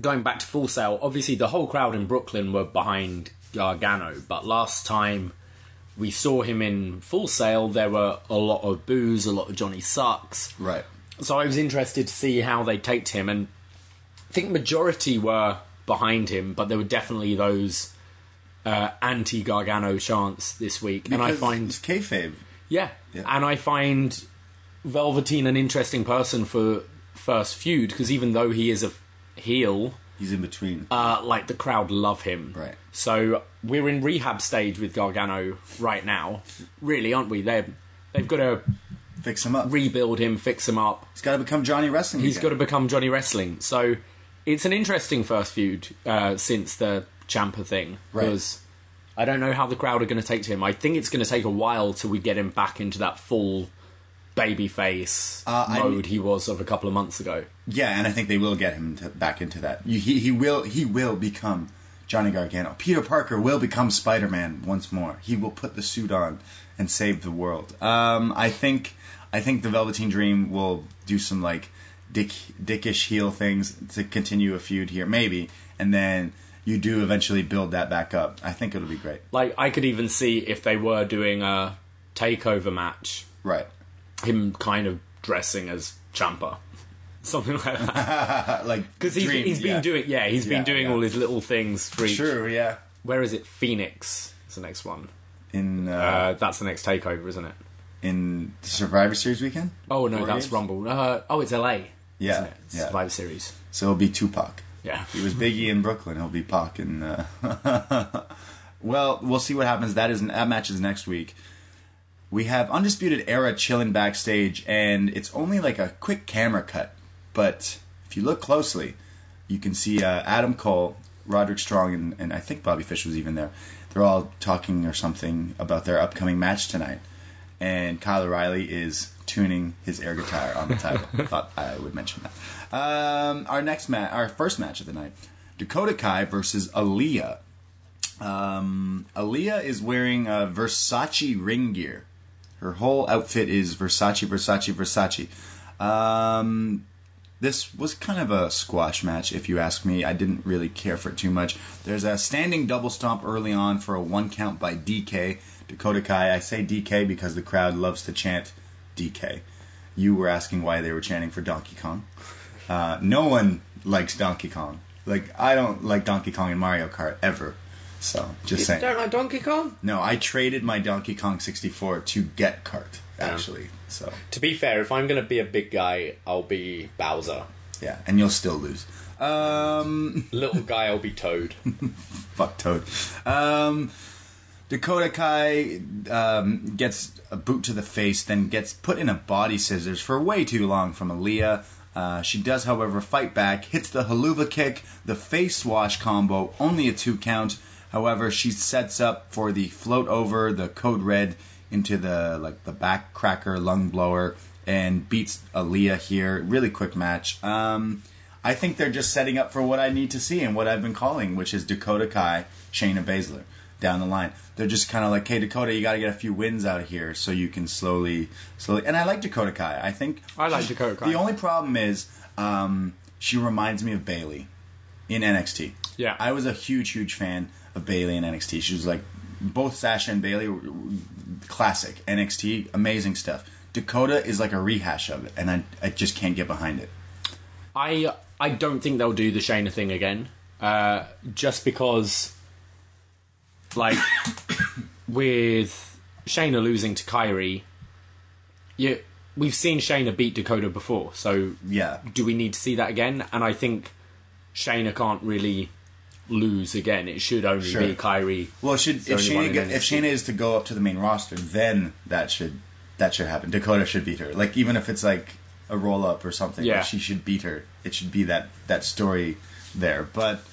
Speaker 5: going back to Full Sail, obviously the whole crowd in Brooklyn were behind Gargano, but last time we saw him in Full Sail, there were a lot of boos, a lot of Johnny sucks.
Speaker 3: right.
Speaker 5: So I was interested to see how they taped him, and I think majority were behind him, but there were definitely those uh, anti Gargano chants this week, and I
Speaker 3: Because
Speaker 5: find
Speaker 3: it's kayfabe.
Speaker 5: yeah. And I find Velveteen an interesting person for first feud because even though he is a heel,
Speaker 3: He's in between.
Speaker 5: uh, like the crowd love him.
Speaker 3: Right.
Speaker 5: So we're in rehab stage with Gargano right now, really, aren't we? They they've got to
Speaker 3: Fix him up.
Speaker 5: rebuild him, fix him up.
Speaker 3: he's got to become Johnny Wrestling.
Speaker 5: He's got
Speaker 3: again.
Speaker 5: to become Johnny Wrestling. So it's an interesting first feud uh, since the Champa thing
Speaker 3: Right.
Speaker 5: because I don't know how the crowd are going to take to him. I think it's going to take a while till we get him back into that full babyface
Speaker 3: Uh, I-
Speaker 5: mode he was of a couple of months ago.
Speaker 3: Yeah, and I think they will get him to, back into that. You- He, he will he will become Johnny Gargano. Peter Parker will become Spider Man once more. He will put the suit on and save the world. Um, I think I think the Velveteen Dream will do some like dick dickish heel things to continue a feud here, maybe, and then you do eventually build that back up. I think it'll be great.
Speaker 5: Like I could even see if they were doing a takeover match
Speaker 3: Right.
Speaker 5: him kind of dressing as Champa, [laughs] something like that.
Speaker 3: Like
Speaker 5: Because he's,
Speaker 3: Dream,
Speaker 5: he's been
Speaker 3: yeah.
Speaker 5: doing yeah he's
Speaker 3: Yeah,
Speaker 5: been doing
Speaker 3: yeah.
Speaker 5: all his little things. For each-
Speaker 3: True, yeah.
Speaker 5: Where is it? Phoenix. is the next one.
Speaker 3: In uh,
Speaker 5: Uh, that's the next takeover, isn't it?
Speaker 3: in Survivor Series weekend?
Speaker 5: Oh no,
Speaker 3: Four
Speaker 5: that's
Speaker 3: days?
Speaker 5: Rumble. Uh, oh, it's LA.
Speaker 3: Yeah,
Speaker 5: isn't it? It's
Speaker 3: yeah.
Speaker 5: Survivor Series.
Speaker 3: So it'll be Tupac.
Speaker 5: Yeah.
Speaker 3: He was Biggie in Brooklyn. He'll be Pac in. Uh... [laughs] well, we'll see what happens. That is that match is next week. We have Undisputed Era chilling backstage, and it's only like a quick camera cut. But if you look closely, you can see uh, Adam Cole, Roderick Strong, and, and I think Bobby Fish was even there. They're all talking or something about their upcoming match tonight. And Kyle O'Reilly is tuning his air guitar on the title. I thought I would mention that. Um, our next match, our first match of the night Dakota Kai versus Aaliyah. Um, Aaliyah is wearing uh, Versace ring gear. Her whole outfit is Versace, Versace, Versace. Um, this was kind of a squash match, if you ask me. I didn't really care for it too much. There's a standing double stomp early on for a one count by DK. Dakota Kai, I say DK because the crowd loves to chant DK. You were asking why they were chanting for Donkey Kong. Uh, no one likes Donkey Kong. Like, I don't like Donkey Kong in Mario Kart ever. So, just saying.
Speaker 5: like Donkey Kong?
Speaker 3: No, I traded my Donkey Kong 64 to Get Kart, actually. So,
Speaker 5: To be fair, if I'm gonna be a big guy, I'll be Bowser.
Speaker 3: yeah, and you'll still lose. Um.
Speaker 5: Little guy, I'll be Toad.
Speaker 3: fuck Toad. Um, Dakota Kai um, gets a boot to the face, then gets put in a body scissors for way too long from Aaliyah. Uh, she does, however, fight back, hits the haluva kick, the face wash combo, only a two count. However, she sets up for the float over the code red into the like the back cracker lung blower and beats Aaliyah here. Really quick match. Um, I think they're just setting up for what I need to see and what I've been calling, which is Dakota Kai, Shayna Baszler down the line. They're just kind of like, hey, Dakota, you got to get a few wins out of here so you can slowly, slowly. And I like Dakota Kai. I think
Speaker 5: I like Dakota Kai.
Speaker 3: The only problem is um, she reminds me of Bailey in NXT.
Speaker 5: Yeah.
Speaker 3: I was a huge, huge fan of Bailey in NXT. She was like both Sasha and Bailey were were classic NXT, amazing stuff. Dakota is like a rehash of it, and I, I just can't get behind it.
Speaker 5: [laughs] I I don't think they'll do the Shayna thing again. Uh, just because, like, [coughs] with Shayna losing to Kyrie, you, we've seen Shayna beat Dakota before. So
Speaker 3: Yeah.
Speaker 5: do we need to see that again? And I think Shayna can't really lose again. It should only
Speaker 3: Sure.
Speaker 5: be Kyrie.
Speaker 3: Well, should
Speaker 5: the
Speaker 3: if
Speaker 5: only one
Speaker 3: Shayna
Speaker 5: in
Speaker 3: get, if
Speaker 5: NXT.
Speaker 3: Shayna is to go up to the main roster, then that should that should happen. Dakota should beat her. Like even if it's like a roll up or something,
Speaker 5: Yeah.
Speaker 3: like, she should beat her. It should be that that story there. But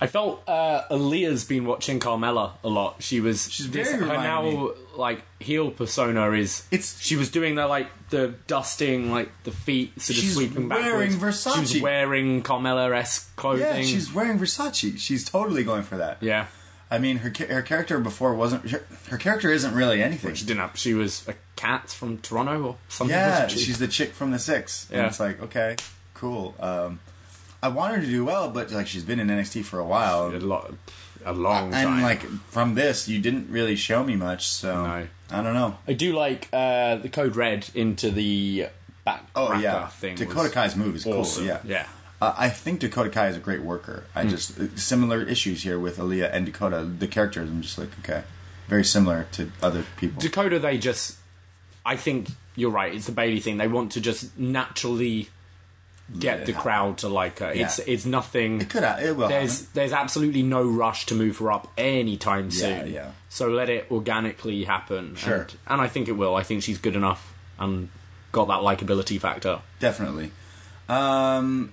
Speaker 5: I felt uh, Aaliyah's been watching Carmella a lot. She was
Speaker 3: She's very
Speaker 5: her
Speaker 3: reminding
Speaker 5: now
Speaker 3: me.
Speaker 5: like heel persona is
Speaker 3: It's-
Speaker 5: she was doing the like the dusting like the feet sort of
Speaker 3: She's
Speaker 5: sweeping
Speaker 3: wearing
Speaker 5: backwards.
Speaker 3: Versace.
Speaker 5: She was wearing Carmella esque clothing.
Speaker 3: yeah, she's wearing Versace. She's totally going for that.
Speaker 5: yeah.
Speaker 3: I mean, her ca- her character before wasn't her, her character isn't really anything.
Speaker 5: She didn't have. She was a cat from Toronto or something.
Speaker 3: Yeah,
Speaker 5: wasn't she?
Speaker 3: she's the chick from the six. And
Speaker 5: Yeah.
Speaker 3: it's like, okay, cool. Um, I want her to do well, but like she's been in NXT for a while.
Speaker 5: a lot, a long time.
Speaker 3: And like from this, you didn't really show me much, so
Speaker 5: No.
Speaker 3: I don't know.
Speaker 5: I do like uh, the code red into the back.
Speaker 3: Oh
Speaker 5: cracker
Speaker 3: yeah,
Speaker 5: thing.
Speaker 3: Dakota
Speaker 5: was
Speaker 3: Kai's move is
Speaker 5: awesome.
Speaker 3: cool. Yeah,
Speaker 5: yeah. Hmm.
Speaker 3: Uh, I think Dakota Kai is a great worker. I just uh, similar issues here with Aaliyah and Dakota. The characters, I'm just like, okay, very similar to other people.
Speaker 5: Dakota, they just. I think you're right. It's the Bailey thing. They want to just naturally
Speaker 6: get the crowd to like her. It's
Speaker 3: Yeah.
Speaker 6: it's nothing.
Speaker 3: could ha- it will
Speaker 6: there's there's absolutely no rush to move her up anytime
Speaker 3: Yeah,
Speaker 6: soon.
Speaker 3: yeah.
Speaker 6: So let it organically happen.
Speaker 3: Sure.
Speaker 6: And, and I think it will. I think she's good enough and got that likability factor.
Speaker 3: definitely. Um,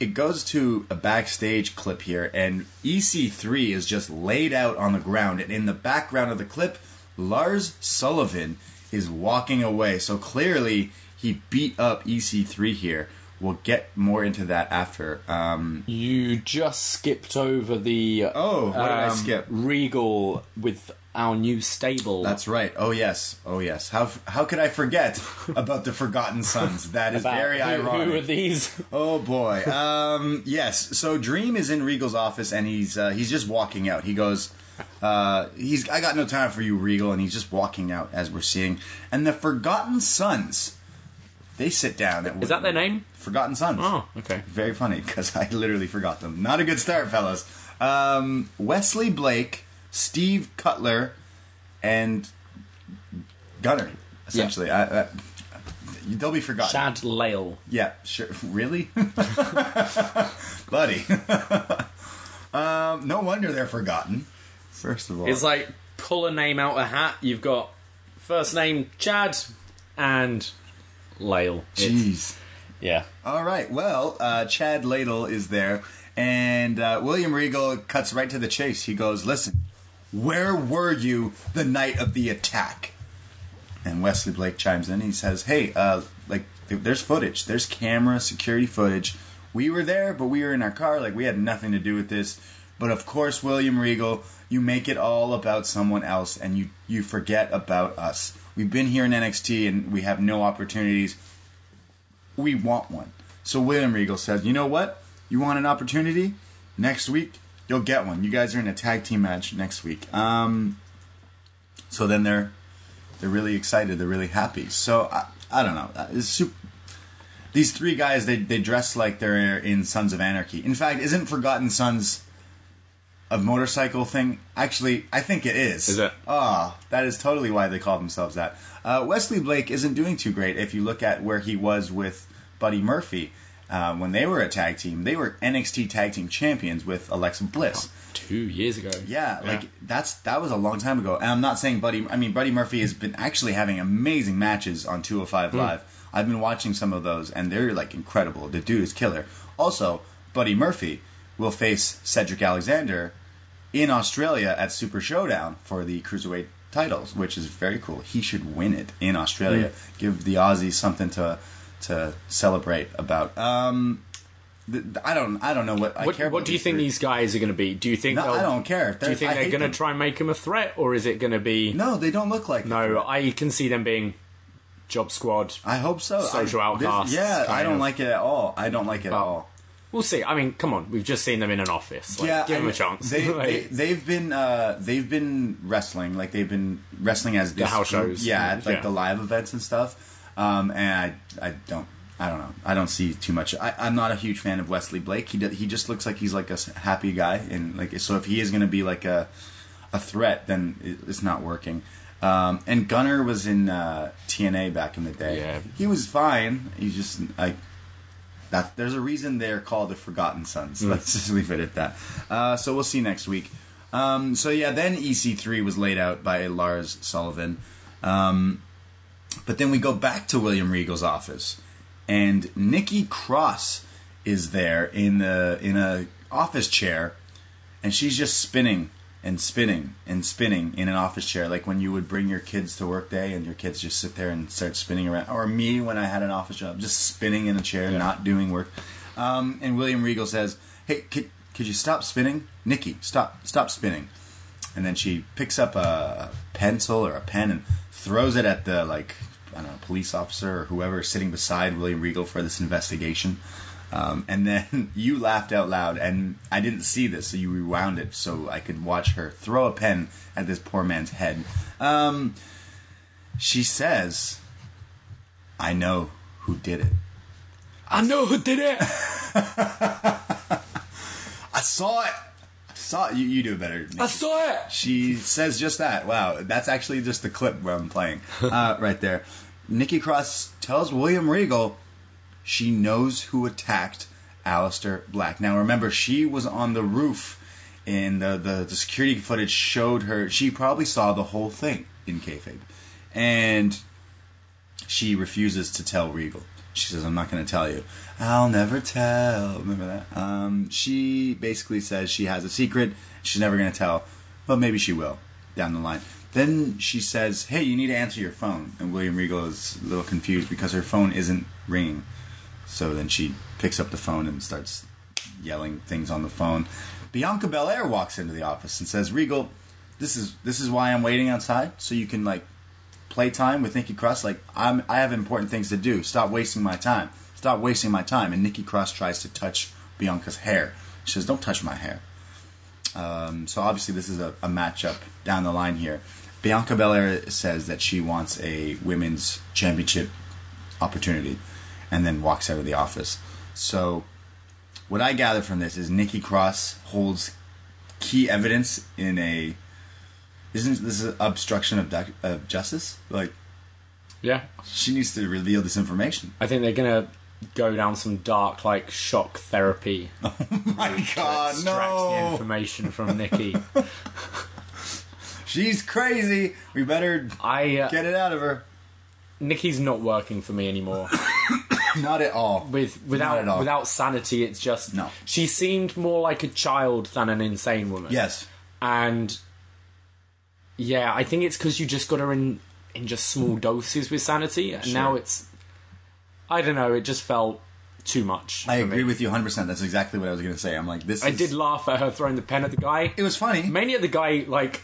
Speaker 3: it goes to a backstage clip here, and EC3 is just laid out on the ground, and in the background of the clip, Lars Sullivan is walking away. So clearly, he beat up EC3 here. We'll get more into that after. Um,
Speaker 5: You just skipped over the
Speaker 3: Oh, what did I
Speaker 5: Um,
Speaker 6: Um,
Speaker 3: skip?
Speaker 5: Regal with our new stable.
Speaker 3: that's right. Oh yes. Oh yes. How how could I forget about the Forgotten Sons? That is
Speaker 5: About
Speaker 3: very
Speaker 5: who,
Speaker 3: ironic.
Speaker 5: Who are these?
Speaker 3: Oh boy. Um, yes. So Dream is in Regal's office, and he's uh, he's just walking out. He goes, uh, "He's I got no time for you, Regal," and he's just walking out as we're seeing. And the Forgotten Sons, they sit down. At
Speaker 6: Is that their name?
Speaker 3: Forgotten Sons.
Speaker 6: Oh, okay.
Speaker 3: Very funny because I literally forgot them. Not a good start, fellas. Um, Wesley Blake, Steve Cutler, and Gunner. Essentially, I, I, they'll be forgotten.
Speaker 6: Chad Lale.
Speaker 3: Yeah, sure. [laughs] Really? [laughs] Buddy. um, no wonder they're forgotten. First of all.
Speaker 6: It's like pull a name out a hat. You've got first name Chad and Lale. It's-
Speaker 3: Jeez.
Speaker 6: Yeah.
Speaker 3: All right. Well, uh, Chad Ladle is there, and uh, William Regal cuts right to the chase. He goes, "Listen, where were you the night of the attack?" And Wesley Blake chimes in. He says, "Hey, uh, like, th- there's footage. There's camera security footage. We were there, but we were in our car. Like, we had nothing to do with this. But of course, William Regal, you make it all about someone else, and you you forget about us. We've been here in NXT, and we have no opportunities." we want one. So William Regal says, you know what? You want an opportunity? Next week, you'll get one. You guys are in a tag team match next week. Um, so then they're they're really excited. They're really happy. So I, I don't know. Uh, It's super, these three guys they they dress like they're in Sons of Anarchy. In fact, isn't Forgotten Sons a motorcycle thing? Actually, I think it is.
Speaker 6: Is it?
Speaker 3: Ah, that is totally why they call themselves that. Uh, Wesley Blake isn't doing too great if you look at where he was with Buddy Murphy uh, when they were a tag team. They were NXT tag team champions with Alexa Bliss.
Speaker 6: Two years ago.
Speaker 3: Yeah, like that's that was a long time ago. And I'm not saying Buddy. I mean, Buddy Murphy has been actually having amazing matches on 205
Speaker 6: Hmm.
Speaker 3: Live. I've been watching some of those, and they're like incredible. The dude is killer. Also, Buddy Murphy will face Cedric Alexander in Australia at Super Showdown for the cruiserweight titles, which is very cool. He should win it in Australia.
Speaker 6: Hmm.
Speaker 3: Give the Aussies something to to celebrate about. Um, th- th- I don't. I don't know what. I
Speaker 6: What,
Speaker 3: care
Speaker 6: what
Speaker 3: about
Speaker 6: do you
Speaker 3: these
Speaker 6: think
Speaker 3: three.
Speaker 6: these guys are going to be? Do you think
Speaker 3: No,
Speaker 6: they'll-
Speaker 3: I don't care.
Speaker 6: Do you
Speaker 3: They're- I
Speaker 6: think they're
Speaker 3: hate
Speaker 6: going to
Speaker 3: them.
Speaker 6: try and make him a threat, or is it going to be
Speaker 3: No, they don't look like.
Speaker 6: No, I can see them being job squad.
Speaker 3: I hope so.
Speaker 6: Social
Speaker 3: I, this-
Speaker 6: outcasts,
Speaker 3: Yeah, I
Speaker 6: kind
Speaker 3: don't
Speaker 6: of.
Speaker 3: like it at all. I don't like it at
Speaker 6: But-
Speaker 3: all.
Speaker 6: We'll see. I mean, come on, we've just seen them in an office. Like,
Speaker 3: yeah,
Speaker 6: give them
Speaker 3: I-
Speaker 6: a chance. [laughs]
Speaker 3: They,
Speaker 6: Like,
Speaker 3: they, they've been uh, they've been wrestling like they've been wrestling as this
Speaker 6: house
Speaker 3: group.
Speaker 6: shows.
Speaker 3: Yeah, at, like
Speaker 6: Yeah.
Speaker 3: the live events and stuff. Um, and I I don't I don't know. I don't see too much. I, I'm not a huge fan of Wesley Blake. He d- he just looks like he's like a s- happy guy and like so if he is going to be like a a threat, then it, it's not working. Um, and Gunner was in uh, TNA back in the day.
Speaker 6: Yeah.
Speaker 3: He was fine. He's just like that there's a reason they're called the Forgotten Sons. Let's just leave it at that. Uh, so we'll see next week. Um, so yeah, then EC3 was laid out by Lars Sullivan, um, but then we go back to William Regal's office, and Nikki Cross is there in the in a office chair, and she's just spinning and spinning and spinning in an office chair, like when you would bring your kids to work day and your kids just sit there and start spinning around. Or me when I had an office job, just spinning in a chair, not doing work. Um, and William Regal says, "Hey, could, could you stop spinning, Nikki? Stop, stop spinning." And then she picks up a pencil or a pen and throws it at the like I don't know police officer or whoever sitting beside William Regal for this investigation. Um, and then [laughs] you laughed out loud, and I didn't see this, so you rewound it so I could watch her throw a pen at this poor man's head. Um, she says, "I know who did it."
Speaker 6: I know who did it.
Speaker 3: I saw it. I saw it. You, you do it better. Than me.
Speaker 6: I saw it.
Speaker 3: She says just that. Wow, that's actually just the clip where I'm playing uh, right there. Nikki Cross tells William Regal, she knows who attacked Alistair Black. Now remember, she was on the roof, and the, the, the security footage showed her. She probably saw the whole thing in kayfabe, and she refuses to tell Regal. She says, "I'm not going to tell you. I'll never tell." Remember that? Um, she basically says she has a secret. She's never going to tell, but maybe she will down the line. Then she says, "Hey, you need to answer your phone." And William Regal is a little confused because her phone isn't ringing. So then she picks up the phone and starts yelling things on the phone. Bianca Belair walks into the office and says, "Regal, this is this is why I'm waiting outside so you can like play time with Nikki Cross. Like I'm, I have important things to do. Stop wasting my time. Stop wasting my time." And Nikki Cross tries to touch Bianca's hair. She says, "Don't touch my hair." Um, so obviously this is a, a matchup down the line here. Bianca Belair says that she wants a women's championship opportunity, and then walks out of the office. So what I gather from this is Nikki Cross holds key evidence in a isn't this an obstruction of, doc, of justice? Like
Speaker 5: Yeah.
Speaker 3: she needs to reveal this information.
Speaker 5: I think they're gonna go down some dark, like shock therapy.
Speaker 3: Uh, My God,
Speaker 5: extract the information from
Speaker 3: [laughs]
Speaker 5: Nikki.
Speaker 3: She's crazy. We better
Speaker 5: I uh,
Speaker 3: get it out of her.
Speaker 5: Nikki's not working for me anymore.
Speaker 3: Not at all.
Speaker 5: With
Speaker 3: Not at all.
Speaker 5: without without sanity, it's just
Speaker 3: No.
Speaker 5: She seemed more like a child than an insane woman.
Speaker 3: Yes.
Speaker 5: and yeah, I think it's because you just got her in in just small doses with sanity, and now it's I don't know. It just felt too much.
Speaker 3: I agree with you 100%. That's exactly what I was going to say. I'm like, this
Speaker 5: I
Speaker 3: is-
Speaker 5: did laugh at her throwing the pen at the guy.
Speaker 3: It was funny.
Speaker 5: Mainly at the guy, like,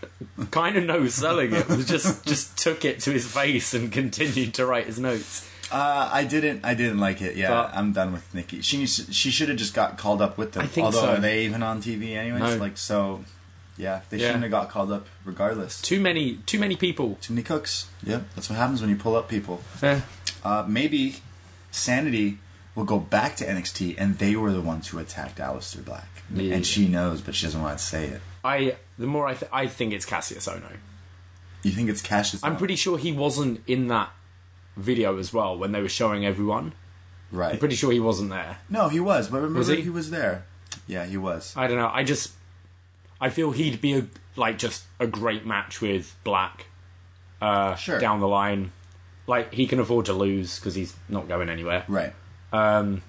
Speaker 5: kind of no selling it. Was just just took it to his face and continued to write his notes.
Speaker 3: Uh, I didn't. I didn't like it. Yeah,
Speaker 5: But-
Speaker 3: I'm done with Nikki. She needs to- she should have just got called up with them.
Speaker 5: I think
Speaker 3: Although
Speaker 5: so.
Speaker 3: are they even on TV anyways?
Speaker 5: No.
Speaker 3: Like so, yeah, they
Speaker 5: Yeah.
Speaker 3: shouldn't have got called up regardless.
Speaker 5: Too many, too many people.
Speaker 3: Too many cooks. Yeah, that's what happens when you pull up people.
Speaker 5: Eh.
Speaker 3: Uh, maybe Sanity will go back to NXT, and they were the ones who attacked Aleister Black,
Speaker 5: Yeah.
Speaker 3: and she knows, but she doesn't want to say it.
Speaker 5: I the more I th- I think it's Cassius Ono.
Speaker 3: You think it's Cash's?
Speaker 5: I'm pretty sure he wasn't in that video as well when they were showing everyone.
Speaker 3: right.
Speaker 5: I'm pretty sure he wasn't there.
Speaker 3: no, he was. But remember,
Speaker 5: Was
Speaker 3: he?
Speaker 5: he?
Speaker 3: was there. Yeah, he was.
Speaker 5: I don't know. I just I feel he'd be a like just a great match with Black uh,
Speaker 3: Sure.
Speaker 5: down the line. Like he can afford to lose because he's not going anywhere.
Speaker 3: Right.
Speaker 5: Um,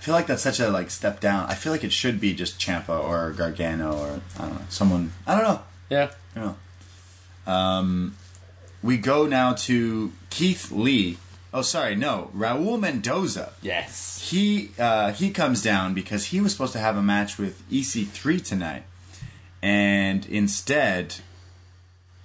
Speaker 3: I feel like that's such a like step down. I feel like it should be just Champa or Gargano or I don't know someone. I don't know.
Speaker 5: yeah.
Speaker 3: I don't know. Um, we go now to Keith Lee. Oh, sorry, no, Raul Mendoza.
Speaker 5: Yes.
Speaker 3: He uh, he comes down because he was supposed to have a match with EC3 tonight, and instead,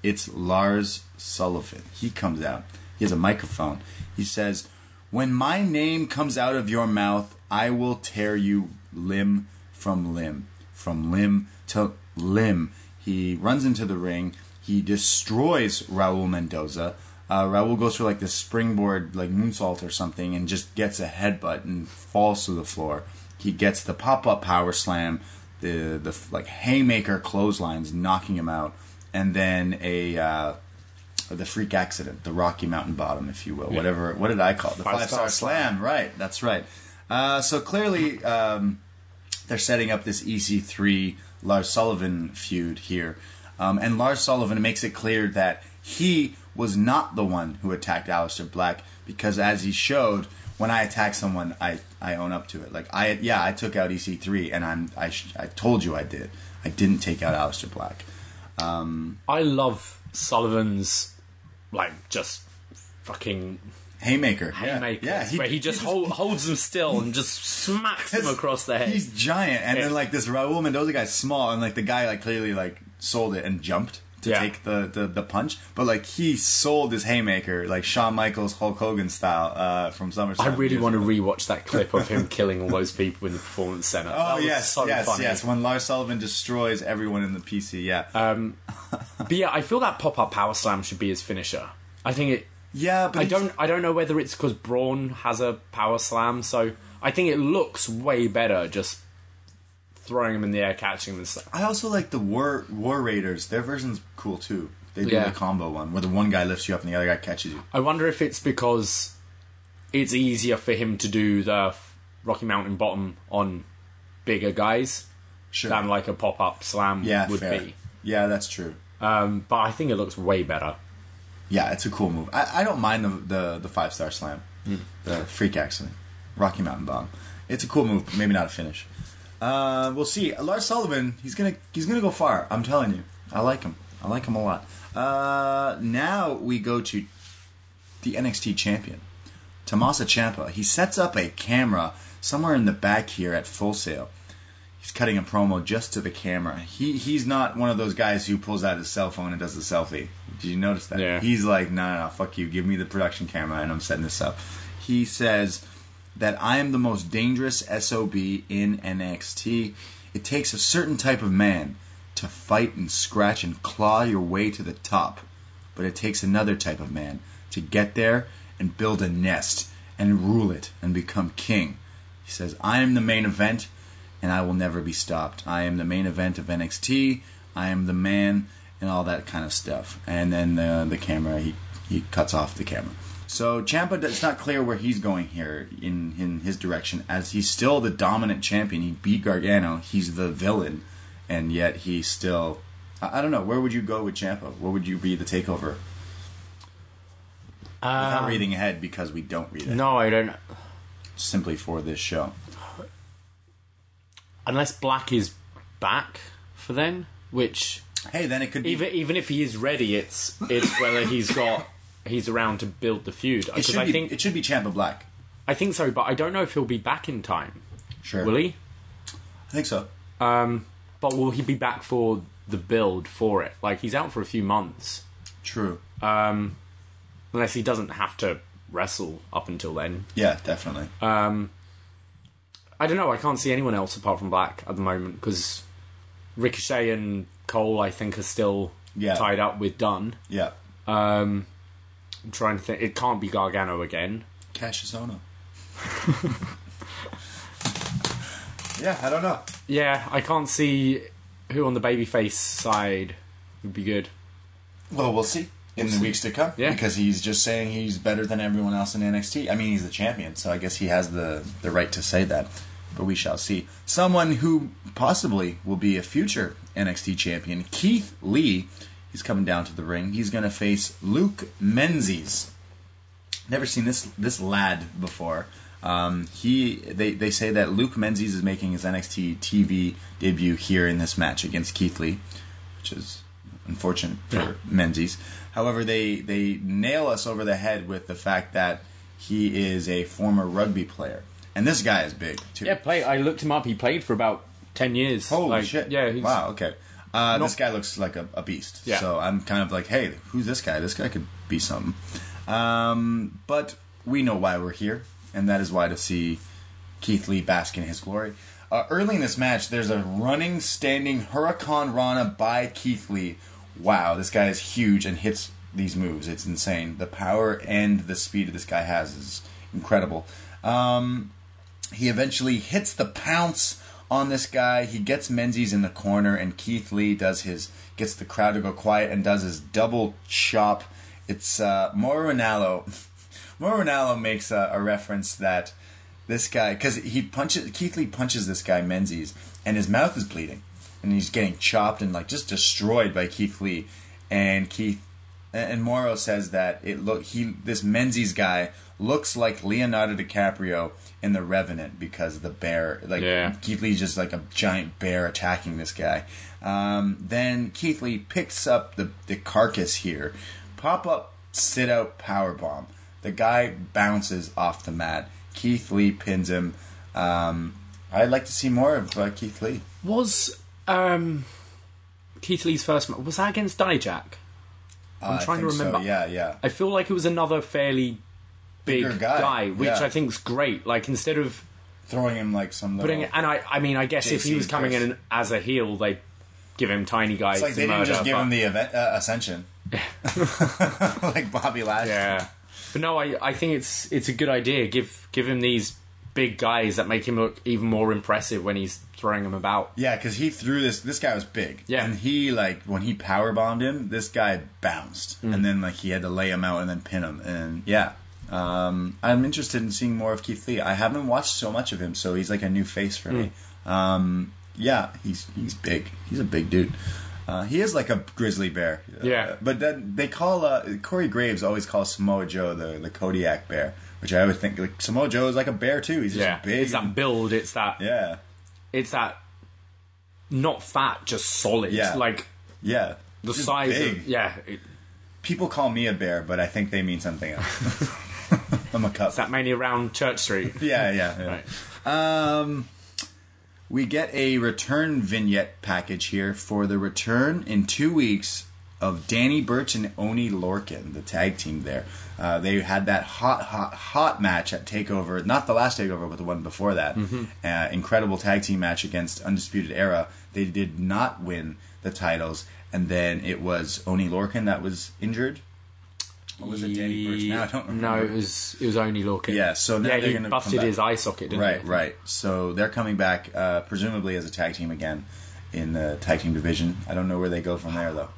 Speaker 3: it's Lars Sullivan. He comes out. He has a microphone. He says, "When my name comes out of your mouth, I will tear you limb from limb, from limb to limb." He runs into the ring. He destroys Raul Mendoza. Uh, Raul goes for like this springboard, like moonsault or something, and just gets a headbutt and falls to the floor. He gets the pop-up power slam, the the like haymaker clotheslines, knocking him out, and then a uh, the freak accident, the Rocky Mountain Bottom, if you will, whatever. What did I call it? The five, star,
Speaker 5: Five-star
Speaker 3: slam. Right, that's right. Uh, so clearly, um, they're setting up this EC3 Lars Sullivan feud here, um, and Lars Sullivan makes it clear that he was not the one who attacked Aleister Black because, as he showed, when I attack someone, I, I own up to it. Like I yeah, I took out EC3, and I'm I, sh- I told you I did. I didn't take out Aleister Black.
Speaker 5: I love Sullivan's like just fucking
Speaker 3: Haymaker. yeah.
Speaker 5: haymaker.
Speaker 3: Yeah,
Speaker 5: where he just, hol- holds them still and just smacks them across the head.
Speaker 3: He's giant, and then
Speaker 5: Yeah.
Speaker 3: like this Raul Mendoza guy's small, and like the guy like clearly like sold it and jumped to
Speaker 5: Yeah.
Speaker 3: take the, the the punch, but like he sold his haymaker like Shawn Michaels Hulk Hogan style uh, from SummerSlam.
Speaker 5: I really
Speaker 3: years
Speaker 5: want to
Speaker 3: ago.
Speaker 5: rewatch that clip of him killing all those people in the performance center.
Speaker 3: Oh
Speaker 5: that was
Speaker 3: yes,
Speaker 5: so
Speaker 3: yes,
Speaker 5: funny.
Speaker 3: yes! When Lars Sullivan destroys everyone in the PC, yeah,
Speaker 5: Uh, But yeah, I feel that pop up power slam should be his finisher. I think it.
Speaker 3: yeah, but
Speaker 5: I
Speaker 3: he's-
Speaker 5: don't. I don't know whether it's because Braun has a power slam, so I think it looks way better just throwing him in the air, catching him. And stuff.
Speaker 3: I also like the War War Raiders. Their version's cool too. They do
Speaker 5: Yeah.
Speaker 3: the combo one where the one guy lifts you up and the other guy catches you.
Speaker 5: I wonder if it's because it's easier for him to do the f- Rocky Mountain bottom on bigger guys
Speaker 3: Sure.
Speaker 5: than like a pop up slam
Speaker 3: yeah,
Speaker 5: would
Speaker 3: fair.
Speaker 5: be.
Speaker 3: Yeah, that's true.
Speaker 5: Um, but I think it looks way better.
Speaker 3: Yeah, it's a cool move. I, I don't mind the the, the five star slam, the freak accident, Rocky Mountain bomb. It's a cool move, but maybe not a finish. Uh, we'll see. Lars Sullivan, he's gonna he's gonna go far. I'm telling you, I like him. I like him a lot. Uh, now we go to the NXT champion, Tomasa Ciampa. He sets up a camera somewhere in the back here at Full Sail. He's cutting a promo just to the camera. He he's not one of those guys who pulls out his cell phone and does a selfie. Did you notice that?
Speaker 5: Yeah.
Speaker 3: He's like, no, no, no, fuck you. Give me the production camera, and I'm setting this up. He says that I am the most dangerous sob in NXT. It takes a certain type of man to fight and scratch and claw your way to the top, but it takes another type of man to get there and build a nest and rule it and become king. He says, I am the main event and I will never be stopped. I am the main event of NXT. I am the man and all that kind of stuff. And then the, the camera, he, he cuts off the camera. So Champa, it's not clear where he's going here in, in his direction, as he's still the dominant champion. He beat Gargano. He's the villain, and yet he still. I, I don't know. Where would you go with Champa? What would you be the takeover? Without reading ahead because we don't read it
Speaker 5: No, I don't.
Speaker 3: simply for this show.
Speaker 5: Unless Black is back for then, which
Speaker 3: Hey, then it could be
Speaker 5: even even if he is ready, it's it's whether he's got he's around to build the feud.
Speaker 3: it
Speaker 5: Because
Speaker 3: should
Speaker 5: I
Speaker 3: be
Speaker 5: think
Speaker 3: it should be Champa Black.
Speaker 5: I think so, but I don't know if he'll be back in time.
Speaker 3: Sure,
Speaker 5: Will he?
Speaker 3: I think so.
Speaker 5: Um, but will he be back for the build for it? Like he's out for a few months,
Speaker 3: True.
Speaker 5: Uh, unless he doesn't have to wrestle up until then.
Speaker 3: Yeah, definitely.
Speaker 5: uh, I don't know. I can't see anyone else apart from Black at the moment because Ricochet and Cole, I think, are still
Speaker 3: Yeah.
Speaker 5: tied up with Dunn.
Speaker 3: yeah.
Speaker 5: Um, I'm trying to think. It can't be Gargano again.
Speaker 3: Cassius
Speaker 5: [laughs]
Speaker 3: Ohno. yeah, I don't know.
Speaker 5: Yeah, I can't see who on the babyface side would be good.
Speaker 3: Well, we'll see in the weeks to come.
Speaker 5: Yeah.
Speaker 3: Because he's just saying he's better than everyone else in NXT. I mean, he's the champion, so I guess he has the, the right to say that. But we shall see. Someone who possibly will be a future NXT champion, Keith Lee, he's coming down to the ring. He's going to face Luke Menzies. Never seen this this lad before. Um, he they, they say that Luke Menzies is making his NXT TV debut here in this match against Keith Lee which is unfortunate for Menzies. However, they they nail us over the head with the fact that he is a former rugby player, and this guy is big too.
Speaker 5: Yeah, play. I looked him up. He played for about ten years.
Speaker 3: Holy
Speaker 5: Like,
Speaker 3: shit!
Speaker 5: Yeah. He's,
Speaker 3: wow. Okay. Uh, this guy looks like a, a beast.
Speaker 5: Yeah.
Speaker 3: So I'm kind of like, hey, who's this guy? This guy could be something. Um, but we know why we're here, and that is why to see Keith Lee bask in his glory. Uh, early in this match, there's a running, standing Hurricane Rana by Keith Lee. Wow, this guy is huge and hits these moves. It's insane. The power and the speed this guy has is incredible. Um, he eventually hits the pounce on this guy. He gets Menzies in the corner, and Keith Lee does his gets the crowd to go quiet and does his double chop. It's uh, [laughs] Morinallo. Morinallo makes a, a reference that this guy because he punches Keith Lee punches this guy Menzies, and his mouth is bleeding, and he's getting chopped and like just destroyed by Keith Lee, and Keith and and Morrow says that it look he this Menzies guy looks like Leonardo DiCaprio in The Revenant because the bear like
Speaker 5: Yeah.
Speaker 3: Keith Lee's just like a giant bear attacking this guy. Um, then Keith Lee picks up the the carcass here, pop up sit out power bomb. The guy bounces off the mat. Keith Lee pins him. Um, I'd like to see more of uh, Keith Lee.
Speaker 5: Was um, Keith Lee's first match was that against Dijak?
Speaker 3: Uh,
Speaker 5: I'm
Speaker 3: I
Speaker 5: trying to
Speaker 3: think so.
Speaker 5: remember.
Speaker 3: Yeah, yeah.
Speaker 5: I feel like it was another fairly big
Speaker 3: Bigger guy,
Speaker 5: guy, which
Speaker 3: yeah.
Speaker 5: I think's great. Like instead of
Speaker 3: Throwing him like some little.
Speaker 5: putting, and I, I mean, I guess if he
Speaker 3: JC
Speaker 5: was coming in as a heel, they give him tiny guys.
Speaker 3: It's like
Speaker 5: to
Speaker 3: they didn't
Speaker 5: murder,
Speaker 3: just give
Speaker 5: but-
Speaker 3: him the event, uh, ascension, [laughs] like Bobby Lashley.
Speaker 5: Yeah, but no, I, I think it's it's a good idea. Give give him these big guys that make him look even more impressive when he's throwing them about.
Speaker 3: Yeah, because he threw this. This guy was big.
Speaker 5: Yeah.
Speaker 3: and he like when he
Speaker 6: Mm.
Speaker 3: power bombed him, this guy bounced, and then like he had to lay him out and then pin him, and yeah, Um, I'm interested in seeing more of Keith Lee. I haven't watched so much of him, so he's like a new face for me.
Speaker 6: Mm.
Speaker 3: Um, yeah, he's he's big. He's a big dude. Uh, he is like a grizzly bear. Uh,
Speaker 6: Yeah.
Speaker 3: but then they call uh, Corey Graves always calls Samoa Joe the the Kodiak bear, which I always think like Samoa Joe is like a bear too. He's just
Speaker 6: Yeah,
Speaker 3: big.
Speaker 6: it's that build. It's that.
Speaker 3: yeah,
Speaker 6: It's that. Not fat, just solid.
Speaker 3: Yeah.
Speaker 6: Like
Speaker 3: yeah.
Speaker 6: the
Speaker 3: Just
Speaker 6: size.
Speaker 3: big.
Speaker 6: Of, yeah, it-
Speaker 3: People call me a bear, but I think they mean something else. I'm a cup.
Speaker 6: it's that mainly around Church Street.
Speaker 3: [laughs] Yeah, yeah, yeah.
Speaker 6: Right.
Speaker 3: Um, we get a return vignette package here for the return in two weeks of Danny Burch and Oni Lorkin, the tag team there. Uh, they had that hot, hot, hot match at Takeover, not the last Takeover, but the one before that.
Speaker 6: Mm-hmm.
Speaker 3: Uh, incredible tag team match against Undisputed Era. They did not win the titles, and then it was Oni Lorkin that was injured. Or was it Danny Burch? Now I don't remember.
Speaker 6: No, it was it was only Lorcan.
Speaker 3: Yeah, so now
Speaker 6: yeah,
Speaker 3: they're
Speaker 6: he
Speaker 3: gonna
Speaker 6: busted
Speaker 3: come back.
Speaker 6: his eye socket, didn't
Speaker 3: Right,
Speaker 6: he?
Speaker 3: right. So they're coming back, uh, presumably as a tag team again in the tag team division. I don't know where they go from there though.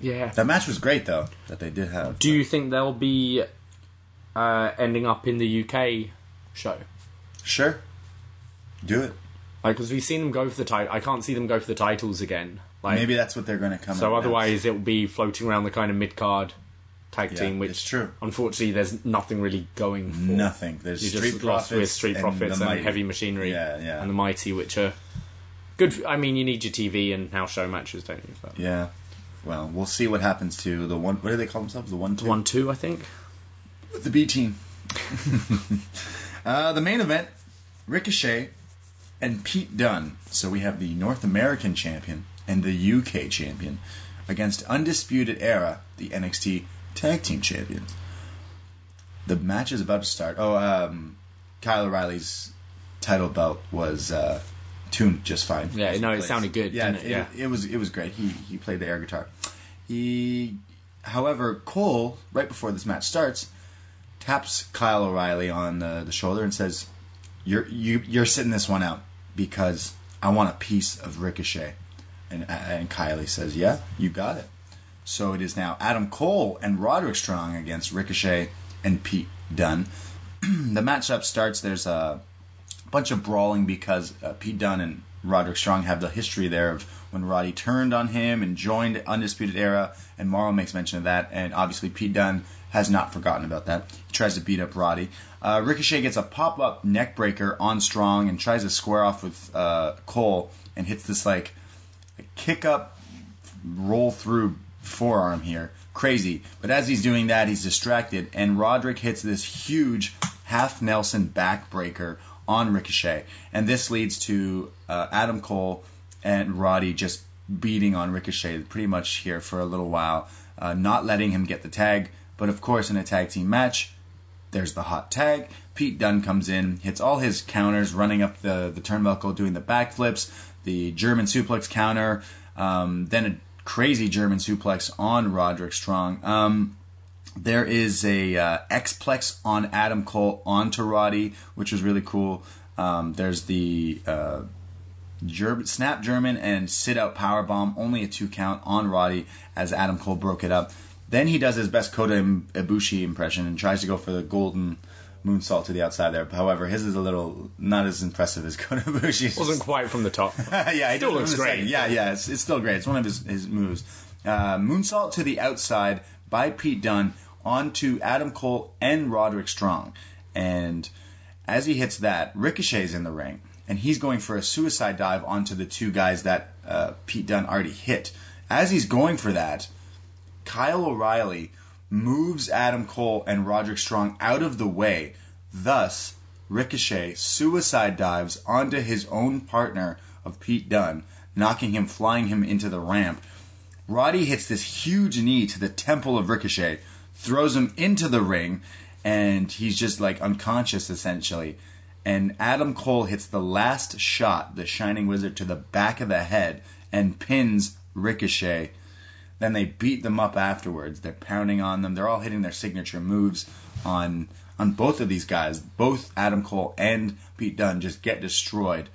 Speaker 6: Yeah.
Speaker 3: That match was great though that they did have.
Speaker 6: Do you think they'll be uh, ending up in the UK show?
Speaker 3: sure? Do it.
Speaker 6: Like, because we've seen them go for the title. I can't see them go for the titles again. Like,
Speaker 3: Maybe that's what they're going to come.
Speaker 6: so
Speaker 3: up
Speaker 6: otherwise
Speaker 3: next.
Speaker 6: it will be floating around the kind of mid card tag
Speaker 3: Yeah,
Speaker 6: team, which
Speaker 3: it's true.
Speaker 6: Unfortunately, there's nothing really going for
Speaker 3: nothing. There's
Speaker 6: You
Speaker 3: street
Speaker 6: just lost
Speaker 3: profits
Speaker 6: with Street
Speaker 3: and
Speaker 6: Profits
Speaker 3: the
Speaker 6: and,
Speaker 3: Mighty.
Speaker 6: Heavy Machinery
Speaker 3: Yeah, yeah,
Speaker 6: and the Mighty, which are good. For, I mean, you need your TV and house show matches, don't you? But
Speaker 3: yeah. Well, we'll see what happens to the one. What do they call themselves? The one two.
Speaker 6: One, two, I think.
Speaker 3: the B team. uh, the main event: Ricochet and Pete Dunne. So we have the North American champion and the UK champion against Undisputed Era, the NXT Tag Team Champions. The match is about to start. Oh, um, Kyle O'Reilly's title belt was uh, tuned just fine.
Speaker 6: Yeah, no, it sounded good,
Speaker 3: Yeah,
Speaker 6: didn't it? Yeah.
Speaker 3: it was it was great. He he played the air guitar. He, however, Cole right before this match starts taps Kyle O'Reilly on the, the shoulder and says, "You're you, you're sitting this one out because I want a piece of Ricochet." And and Kylie says, "Yeah, you got it." So it is now Adam Cole and Roderick Strong against Ricochet and Pete Dunne. [clears throat] the matchup starts. There's a bunch of brawling because uh, Pete Dunne and Roderick Strong have the history there of when Roddy turned on him and joined Undisputed Era, and Morrow makes mention of that, and obviously Pete Dunne has not forgotten about that. He tries to beat up Roddy. Uh, Ricochet gets a pop up neck breaker on Strong and tries to square off with uh, Cole and hits this like kick up, roll through forearm here. Crazy. But as he's doing that, he's distracted, and Roderick hits this huge half Nelson backbreaker on Ricochet. And this leads to uh, Adam Cole and Roddy just beating on Ricochet pretty much here for a little while, uh, not letting him get the tag. But of course, in a tag team match, there's the hot tag. Pete Dunne comes in, hits all his counters, running up the, the turnbuckle, doing the backflips, the German suplex counter, um, then a crazy German suplex on Roderick Strong. Um, there is a uh, Xplex on Adam Cole onto Roddy, which was really cool. Um, there's the uh, German, snap German and sit out power bomb, only a two count on Roddy as Adam Cole broke it up. Then he does his best Kota Im- Ibushi impression and tries to go for the golden moonsault to the outside there. However, his is a little not as impressive as [laughs] Kota Ibushi's.
Speaker 6: Wasn't quite from the
Speaker 3: [laughs]
Speaker 6: top.
Speaker 3: yeah, he
Speaker 6: Still
Speaker 3: did it
Speaker 6: looks
Speaker 3: from the
Speaker 6: great.
Speaker 3: second. Yeah, yeah, it's, it's still great. It's one of his, his moves. Uh, moonsault to the outside by Pete Dunne onto Adam Cole and Roderick Strong. And as he hits that, Ricochet's in the ring, and he's going for a suicide dive onto the two guys that uh, Pete Dunne already hit. As he's going for that, Kyle O'Reilly moves Adam Cole and Roderick Strong out of the way. Thus, Ricochet suicide dives onto his own partner of Pete Dunne, knocking him, flying him into the ramp. Roddy hits this huge knee to the temple of Ricochet, throws him into the ring, and he's just like unconscious essentially. And Adam Cole hits the last shot, the Shining Wizard, to the back of the head and pins Ricochet. Then they beat them up afterwards. They're pounding on them. They're all hitting their signature moves on on both of these guys. Both Adam Cole and Pete Dunne just get destroyed.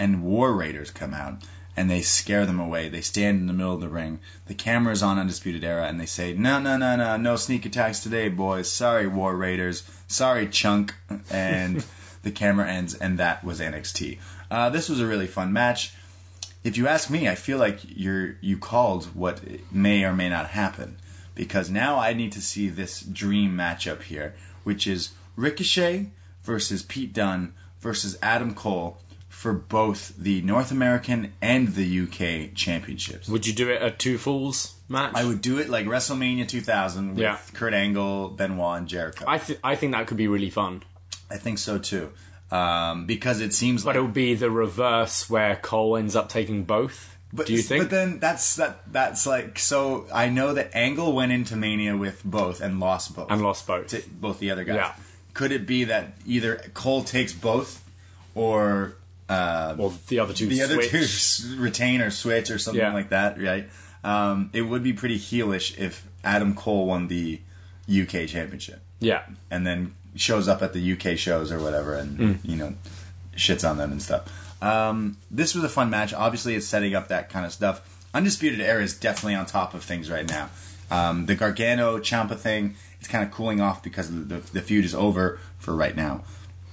Speaker 3: And War Raiders come out and they scare them away. They stand in the middle of the ring. The camera's on Undisputed Era, and they say, "No, no, no, no, no sneak attacks today, boys. Sorry, War Raiders. Sorry, Chunk." And the camera ends, and that was NXT. Uh, this was a really fun match. If you ask me, I feel like you're you called what may or may not happen because now I need to see this dream matchup here, which is Ricochet versus Pete Dunne versus Adam Cole for both the North American and the UK championships.
Speaker 5: Would you do it a two falls match?
Speaker 3: I would do it like WrestleMania 2000 with
Speaker 5: Yeah.
Speaker 3: Kurt Angle, Benoit, and Jericho.
Speaker 5: I, th- I think that could be really fun.
Speaker 3: I think so too, um, because it seems
Speaker 5: But
Speaker 3: like.
Speaker 5: it would be the reverse where Cole ends up taking both. do you think?
Speaker 3: But then that's that. That's like so. I know that Angle went into Mania with both and lost both.
Speaker 5: And lost both.
Speaker 3: to both the other guys.
Speaker 5: Yeah.
Speaker 3: Could it be that either Cole takes both, or uh,
Speaker 5: or the other two
Speaker 3: the other
Speaker 5: switch.
Speaker 3: two s- retain or switch or something
Speaker 5: Yeah.
Speaker 3: like that? Right. Um, it would be pretty heelish if Adam Cole won the UK championship
Speaker 5: Yeah.
Speaker 3: and then shows up at the UK shows or whatever, and
Speaker 5: Hmm.
Speaker 3: you know, shits on them and stuff. Um, this was a fun match. Obviously, it's setting up that kind of stuff. Undisputed Era is definitely on top of things right now. Um, the Gargano Champa thing, it's kind of cooling off because the, the, the feud is over for right now.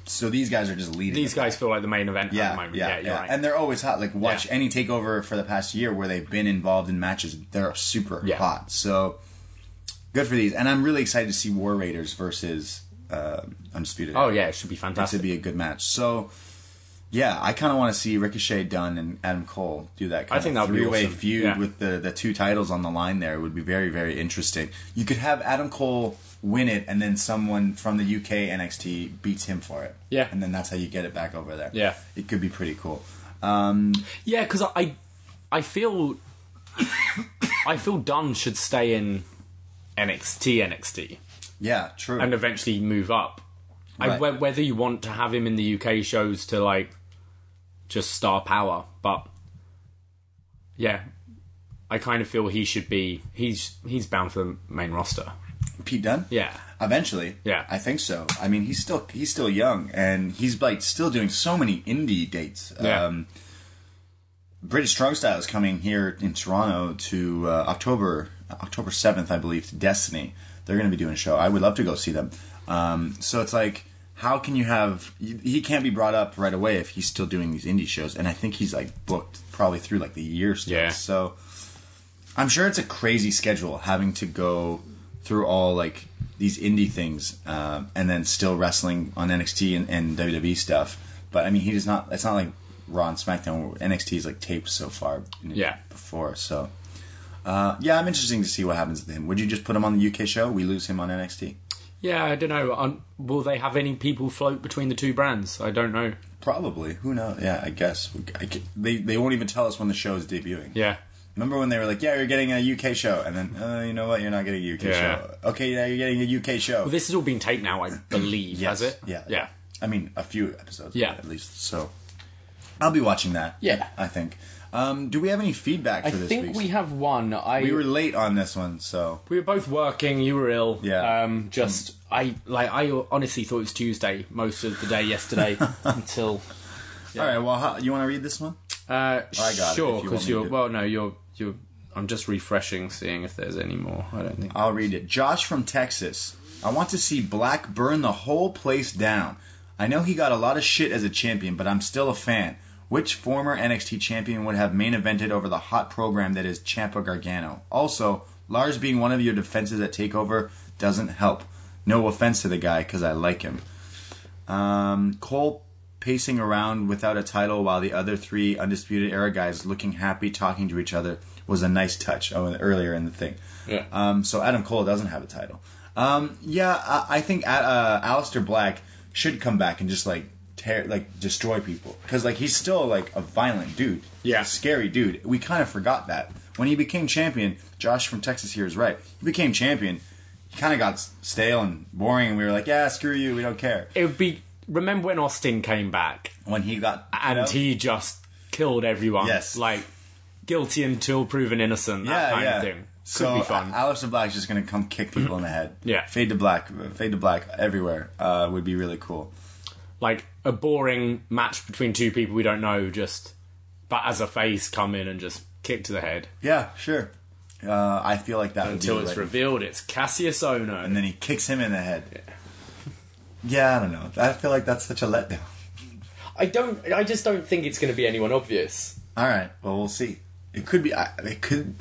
Speaker 3: So these guys are just leading.
Speaker 5: These guys feel like the main event at
Speaker 3: Yeah,
Speaker 5: the moment.
Speaker 3: yeah,
Speaker 5: Yeah,
Speaker 3: yeah,
Speaker 5: you're right.
Speaker 3: and they're always hot. Like watch
Speaker 5: Yeah.
Speaker 3: any takeover for the past year where they've been involved in matches, they're super
Speaker 5: Yeah.
Speaker 3: hot. So good for these, and I'm really excited to see War Raiders versus uh, Undisputed.
Speaker 5: oh,
Speaker 3: Era.
Speaker 5: yeah, it should be
Speaker 3: that's
Speaker 5: fantastic.
Speaker 3: would be a good match. So yeah, I kind of want to see Ricochet, Dunn, and Adam Cole do that. Kind
Speaker 5: I think
Speaker 3: of
Speaker 5: that would be
Speaker 3: three-way
Speaker 5: awesome.
Speaker 3: feud
Speaker 5: Yeah.
Speaker 3: with the the two titles on the line. There would be very very interesting. You could have Adam Cole win it, and then someone from the UK NXT beats him for it.
Speaker 5: Yeah.
Speaker 3: and then that's how you get it back over there.
Speaker 5: Yeah.
Speaker 3: it could be pretty cool. Um,
Speaker 5: Yeah, because I, I feel, [coughs] I feel Dunn should stay in NXT, NXT,
Speaker 3: Yeah, true.
Speaker 5: and eventually move up. I,
Speaker 3: Right.
Speaker 5: whe- whether you want to have him in the UK shows to like, just star power, but yeah, I kind of feel he should be. He's he's bound for the main roster.
Speaker 3: Pete Dunne.
Speaker 5: Yeah,
Speaker 3: Eventually,
Speaker 5: Yeah.
Speaker 3: I think so. I mean, he's still he's still young, and he's like still doing so many indie dates.
Speaker 5: Yeah.
Speaker 3: Um, British Strong Style is coming here in Toronto to uh, October October seventh, I believe, to Destiny. They're going to be doing a show. I would love to go see them. Um, so it's like, how can you have? He can't be brought up right away if he's still doing these indie shows, and I think he's like booked probably through like the year still.
Speaker 5: Yeah.
Speaker 3: So I'm sure it's a crazy schedule having to go through all like these indie things um, and then still wrestling on NXT and, and WWE stuff. But I mean, he does not. It's not like Raw and SmackDown. Where NXT is like taped so far. in-
Speaker 5: Yeah.
Speaker 3: Before so. Uh, yeah, I'm interesting to see what happens with him. Would you just put him on the UK show? We lose him on NXT.
Speaker 5: yeah. I don't know. Um, will they have any people float between the two brands? I don't know.
Speaker 3: Probably. Who knows? Yeah, I guess. We- I get- they they won't even tell us when the show is debuting.
Speaker 5: Yeah,
Speaker 3: Remember when they were like, "Yeah, you're getting a UK show," and then, "Uh, you know what? You're not getting a UK
Speaker 5: Yeah.
Speaker 3: show." Okay, yeah, you're getting a UK show.
Speaker 5: well, this has all been taped now, I believe.
Speaker 3: Yes,
Speaker 5: Has it?
Speaker 3: Yeah.
Speaker 5: yeah.
Speaker 3: I mean, a few episodes.
Speaker 5: Yeah.
Speaker 3: At least. So I'll be watching that.
Speaker 7: Yeah.
Speaker 3: I think. Um, do we have any feedback for
Speaker 7: I
Speaker 3: this
Speaker 7: think
Speaker 3: week?
Speaker 7: we have one. I
Speaker 3: we were late on this one, so
Speaker 5: We were both working. You were ill.
Speaker 3: Yeah. Mm.
Speaker 5: Um, just I like I honestly thought it was Tuesday most of the day
Speaker 3: [laughs]
Speaker 5: yesterday until.
Speaker 3: all right. Well, how, you want to read this one?
Speaker 7: Uh,
Speaker 3: I got
Speaker 7: sure,
Speaker 3: it, if you want
Speaker 7: because
Speaker 3: me
Speaker 7: you're
Speaker 3: to.
Speaker 7: well. No, you're you're. I'm just refreshing, seeing if there's any more. I don't think.
Speaker 3: I'll read it. Josh from Texas. I want to see Black burn the whole place down. I know he got a lot of shit as a champion, but I'm still a fan. Which former NXT champion would have main evented over the hot program that is Champa Gargano? Also, Lars being one of your defenses at Takeover doesn't help. No offense to the guy, because I like him. Um, Cole pacing around without a title while the other three Undisputed Era guys looking happy talking to each other was a nice touch oh, earlier in the thing.
Speaker 7: Yeah.
Speaker 3: Um, so Adam Cole doesn't have a title. Um, yeah, I, I think uh, Alistair Black should come back and just like tear, like destroy people because like he's still like a violent dude.
Speaker 5: Yeah.
Speaker 3: scary dude. We kind of forgot that when he became champion. Josh from Texas here is right. He became champion. He kind of got s- stale and boring, and we were like, "Yeah, screw you, we don't care."
Speaker 5: It would be. Remember when Austin came back
Speaker 3: When he got
Speaker 5: and he just killed everyone?
Speaker 3: Yes.
Speaker 5: Like guilty until proven innocent. That kind of thing. Could
Speaker 3: so uh,
Speaker 5: be fun.
Speaker 3: A- Alistair Black's just gonna come kick people in the head.
Speaker 5: [clears throat] Yeah.
Speaker 3: fade to black, fade to black everywhere. Uh, would be really cool.
Speaker 5: like a boring match between two people we don't know. Just
Speaker 6: but as a face, come in and just kick to the head
Speaker 3: Yeah, sure. Uh, I feel like that
Speaker 6: until
Speaker 3: would be
Speaker 6: it's
Speaker 3: right.
Speaker 6: revealed it's Cassius Ono.
Speaker 3: and then he kicks him in the head. Yeah. yeah, I don't know. I feel like that's such a letdown.
Speaker 5: I don't. I just don't think it's going to be anyone obvious.
Speaker 3: All right. Well, we'll see. It could be. I- It could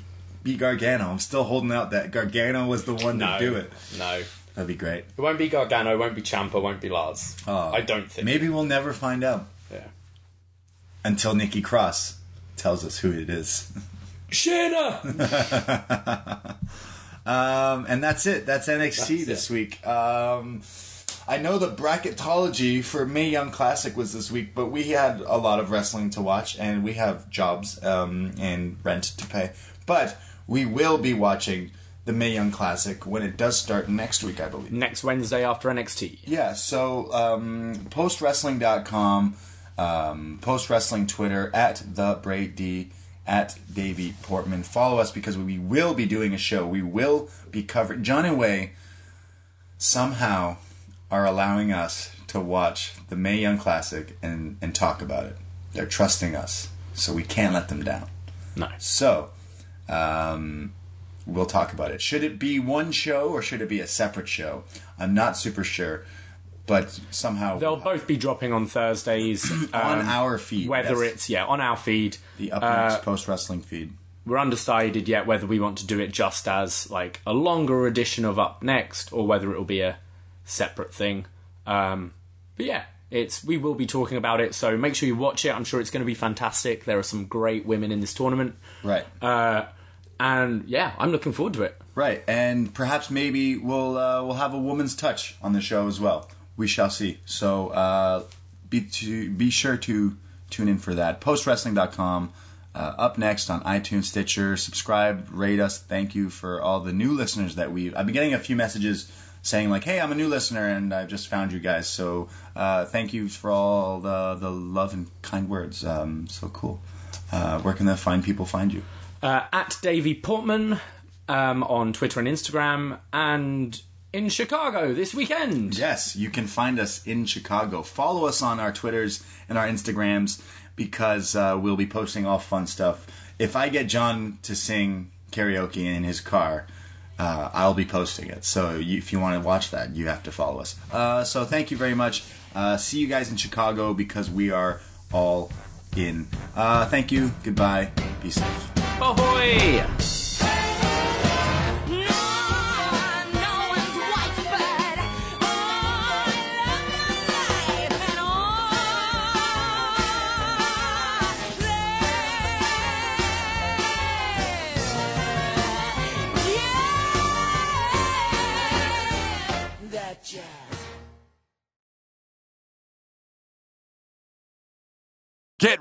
Speaker 3: be Gargano. I'm still holding out that Gargano was the one
Speaker 5: No,
Speaker 3: to do it.
Speaker 5: No,
Speaker 3: That'd be great.
Speaker 5: it won't be Gargano. It won't be Champa. Won't be Lars.
Speaker 3: Uh,
Speaker 5: I don't think.
Speaker 3: Maybe we'll never find out
Speaker 5: Yeah.
Speaker 3: until Nikki Cross tells us who it is.
Speaker 5: Shayna. [laughs]
Speaker 3: Um, and that's it. That's NXT
Speaker 5: That's
Speaker 3: this week. Um, I know the bracketology for May Young Classic was this week, but we had a lot of wrestling to watch, and we have jobs um, and rent to pay. But we will be watching the May Young Classic when it does start next week, I believe.
Speaker 6: Next Wednesday after NXT.
Speaker 3: Yeah, so um, postwrestling.com, um, post wrestling Twitter, at the Bray D, at Davey Portman. Follow us because we will be doing a show. We will be covering. John and Way somehow are allowing us to watch the May Young Classic and, and talk about it. They're trusting us, so we can't let them down.
Speaker 6: No.
Speaker 3: So, um, we'll talk about it. Should it be one show or should it be a separate show? I'm not super sure, but somehow
Speaker 6: They'll both be dropping on Thursdays
Speaker 3: [clears throat] on
Speaker 6: um,
Speaker 3: our feed.
Speaker 6: Whether
Speaker 3: that's
Speaker 6: it's yeah on our feed,
Speaker 3: the up next post wrestling feed.
Speaker 6: we're undecided yet whether we want to do it just as like a longer edition of up next or whether it'll be a separate thing um but yeah it's we will be talking about it so make sure you watch it i'm sure it's going to be fantastic there are some great women in this tournament
Speaker 3: Right.
Speaker 6: uh and yeah i'm looking forward to it
Speaker 3: Right, and perhaps maybe we'll uh, we'll have a woman's touch on the show as well. We shall see. So uh, be to, be sure to tune in for that. Postwrestling.com. Uh, up next on iTunes, Stitcher, subscribe, rate us. Thank you for all the new listeners that we. I've been getting a few messages saying like, "Hey, I'm a new listener and I've just found you guys." So uh, thank you for all the the love and kind words. Um, so cool. Uh, where can the fine people find you?
Speaker 6: uh, at Davey Portman um, on Twitter and Instagram, and in Chicago this weekend.
Speaker 3: Yes, you can find us in Chicago. Follow us on our Twitters and our Instagrams because uh, we'll be posting all fun stuff. If I get John to sing karaoke in his car, uh, I'll be posting it. So you, if you want to watch that, you have to follow us. Uh, so thank you very much. Uh, see you guys in Chicago because we are all in. Uh, thank you. Goodbye. Be safe.
Speaker 6: Ahoy!
Speaker 8: No, no one's white, but all of life and all that jazz.
Speaker 9: Get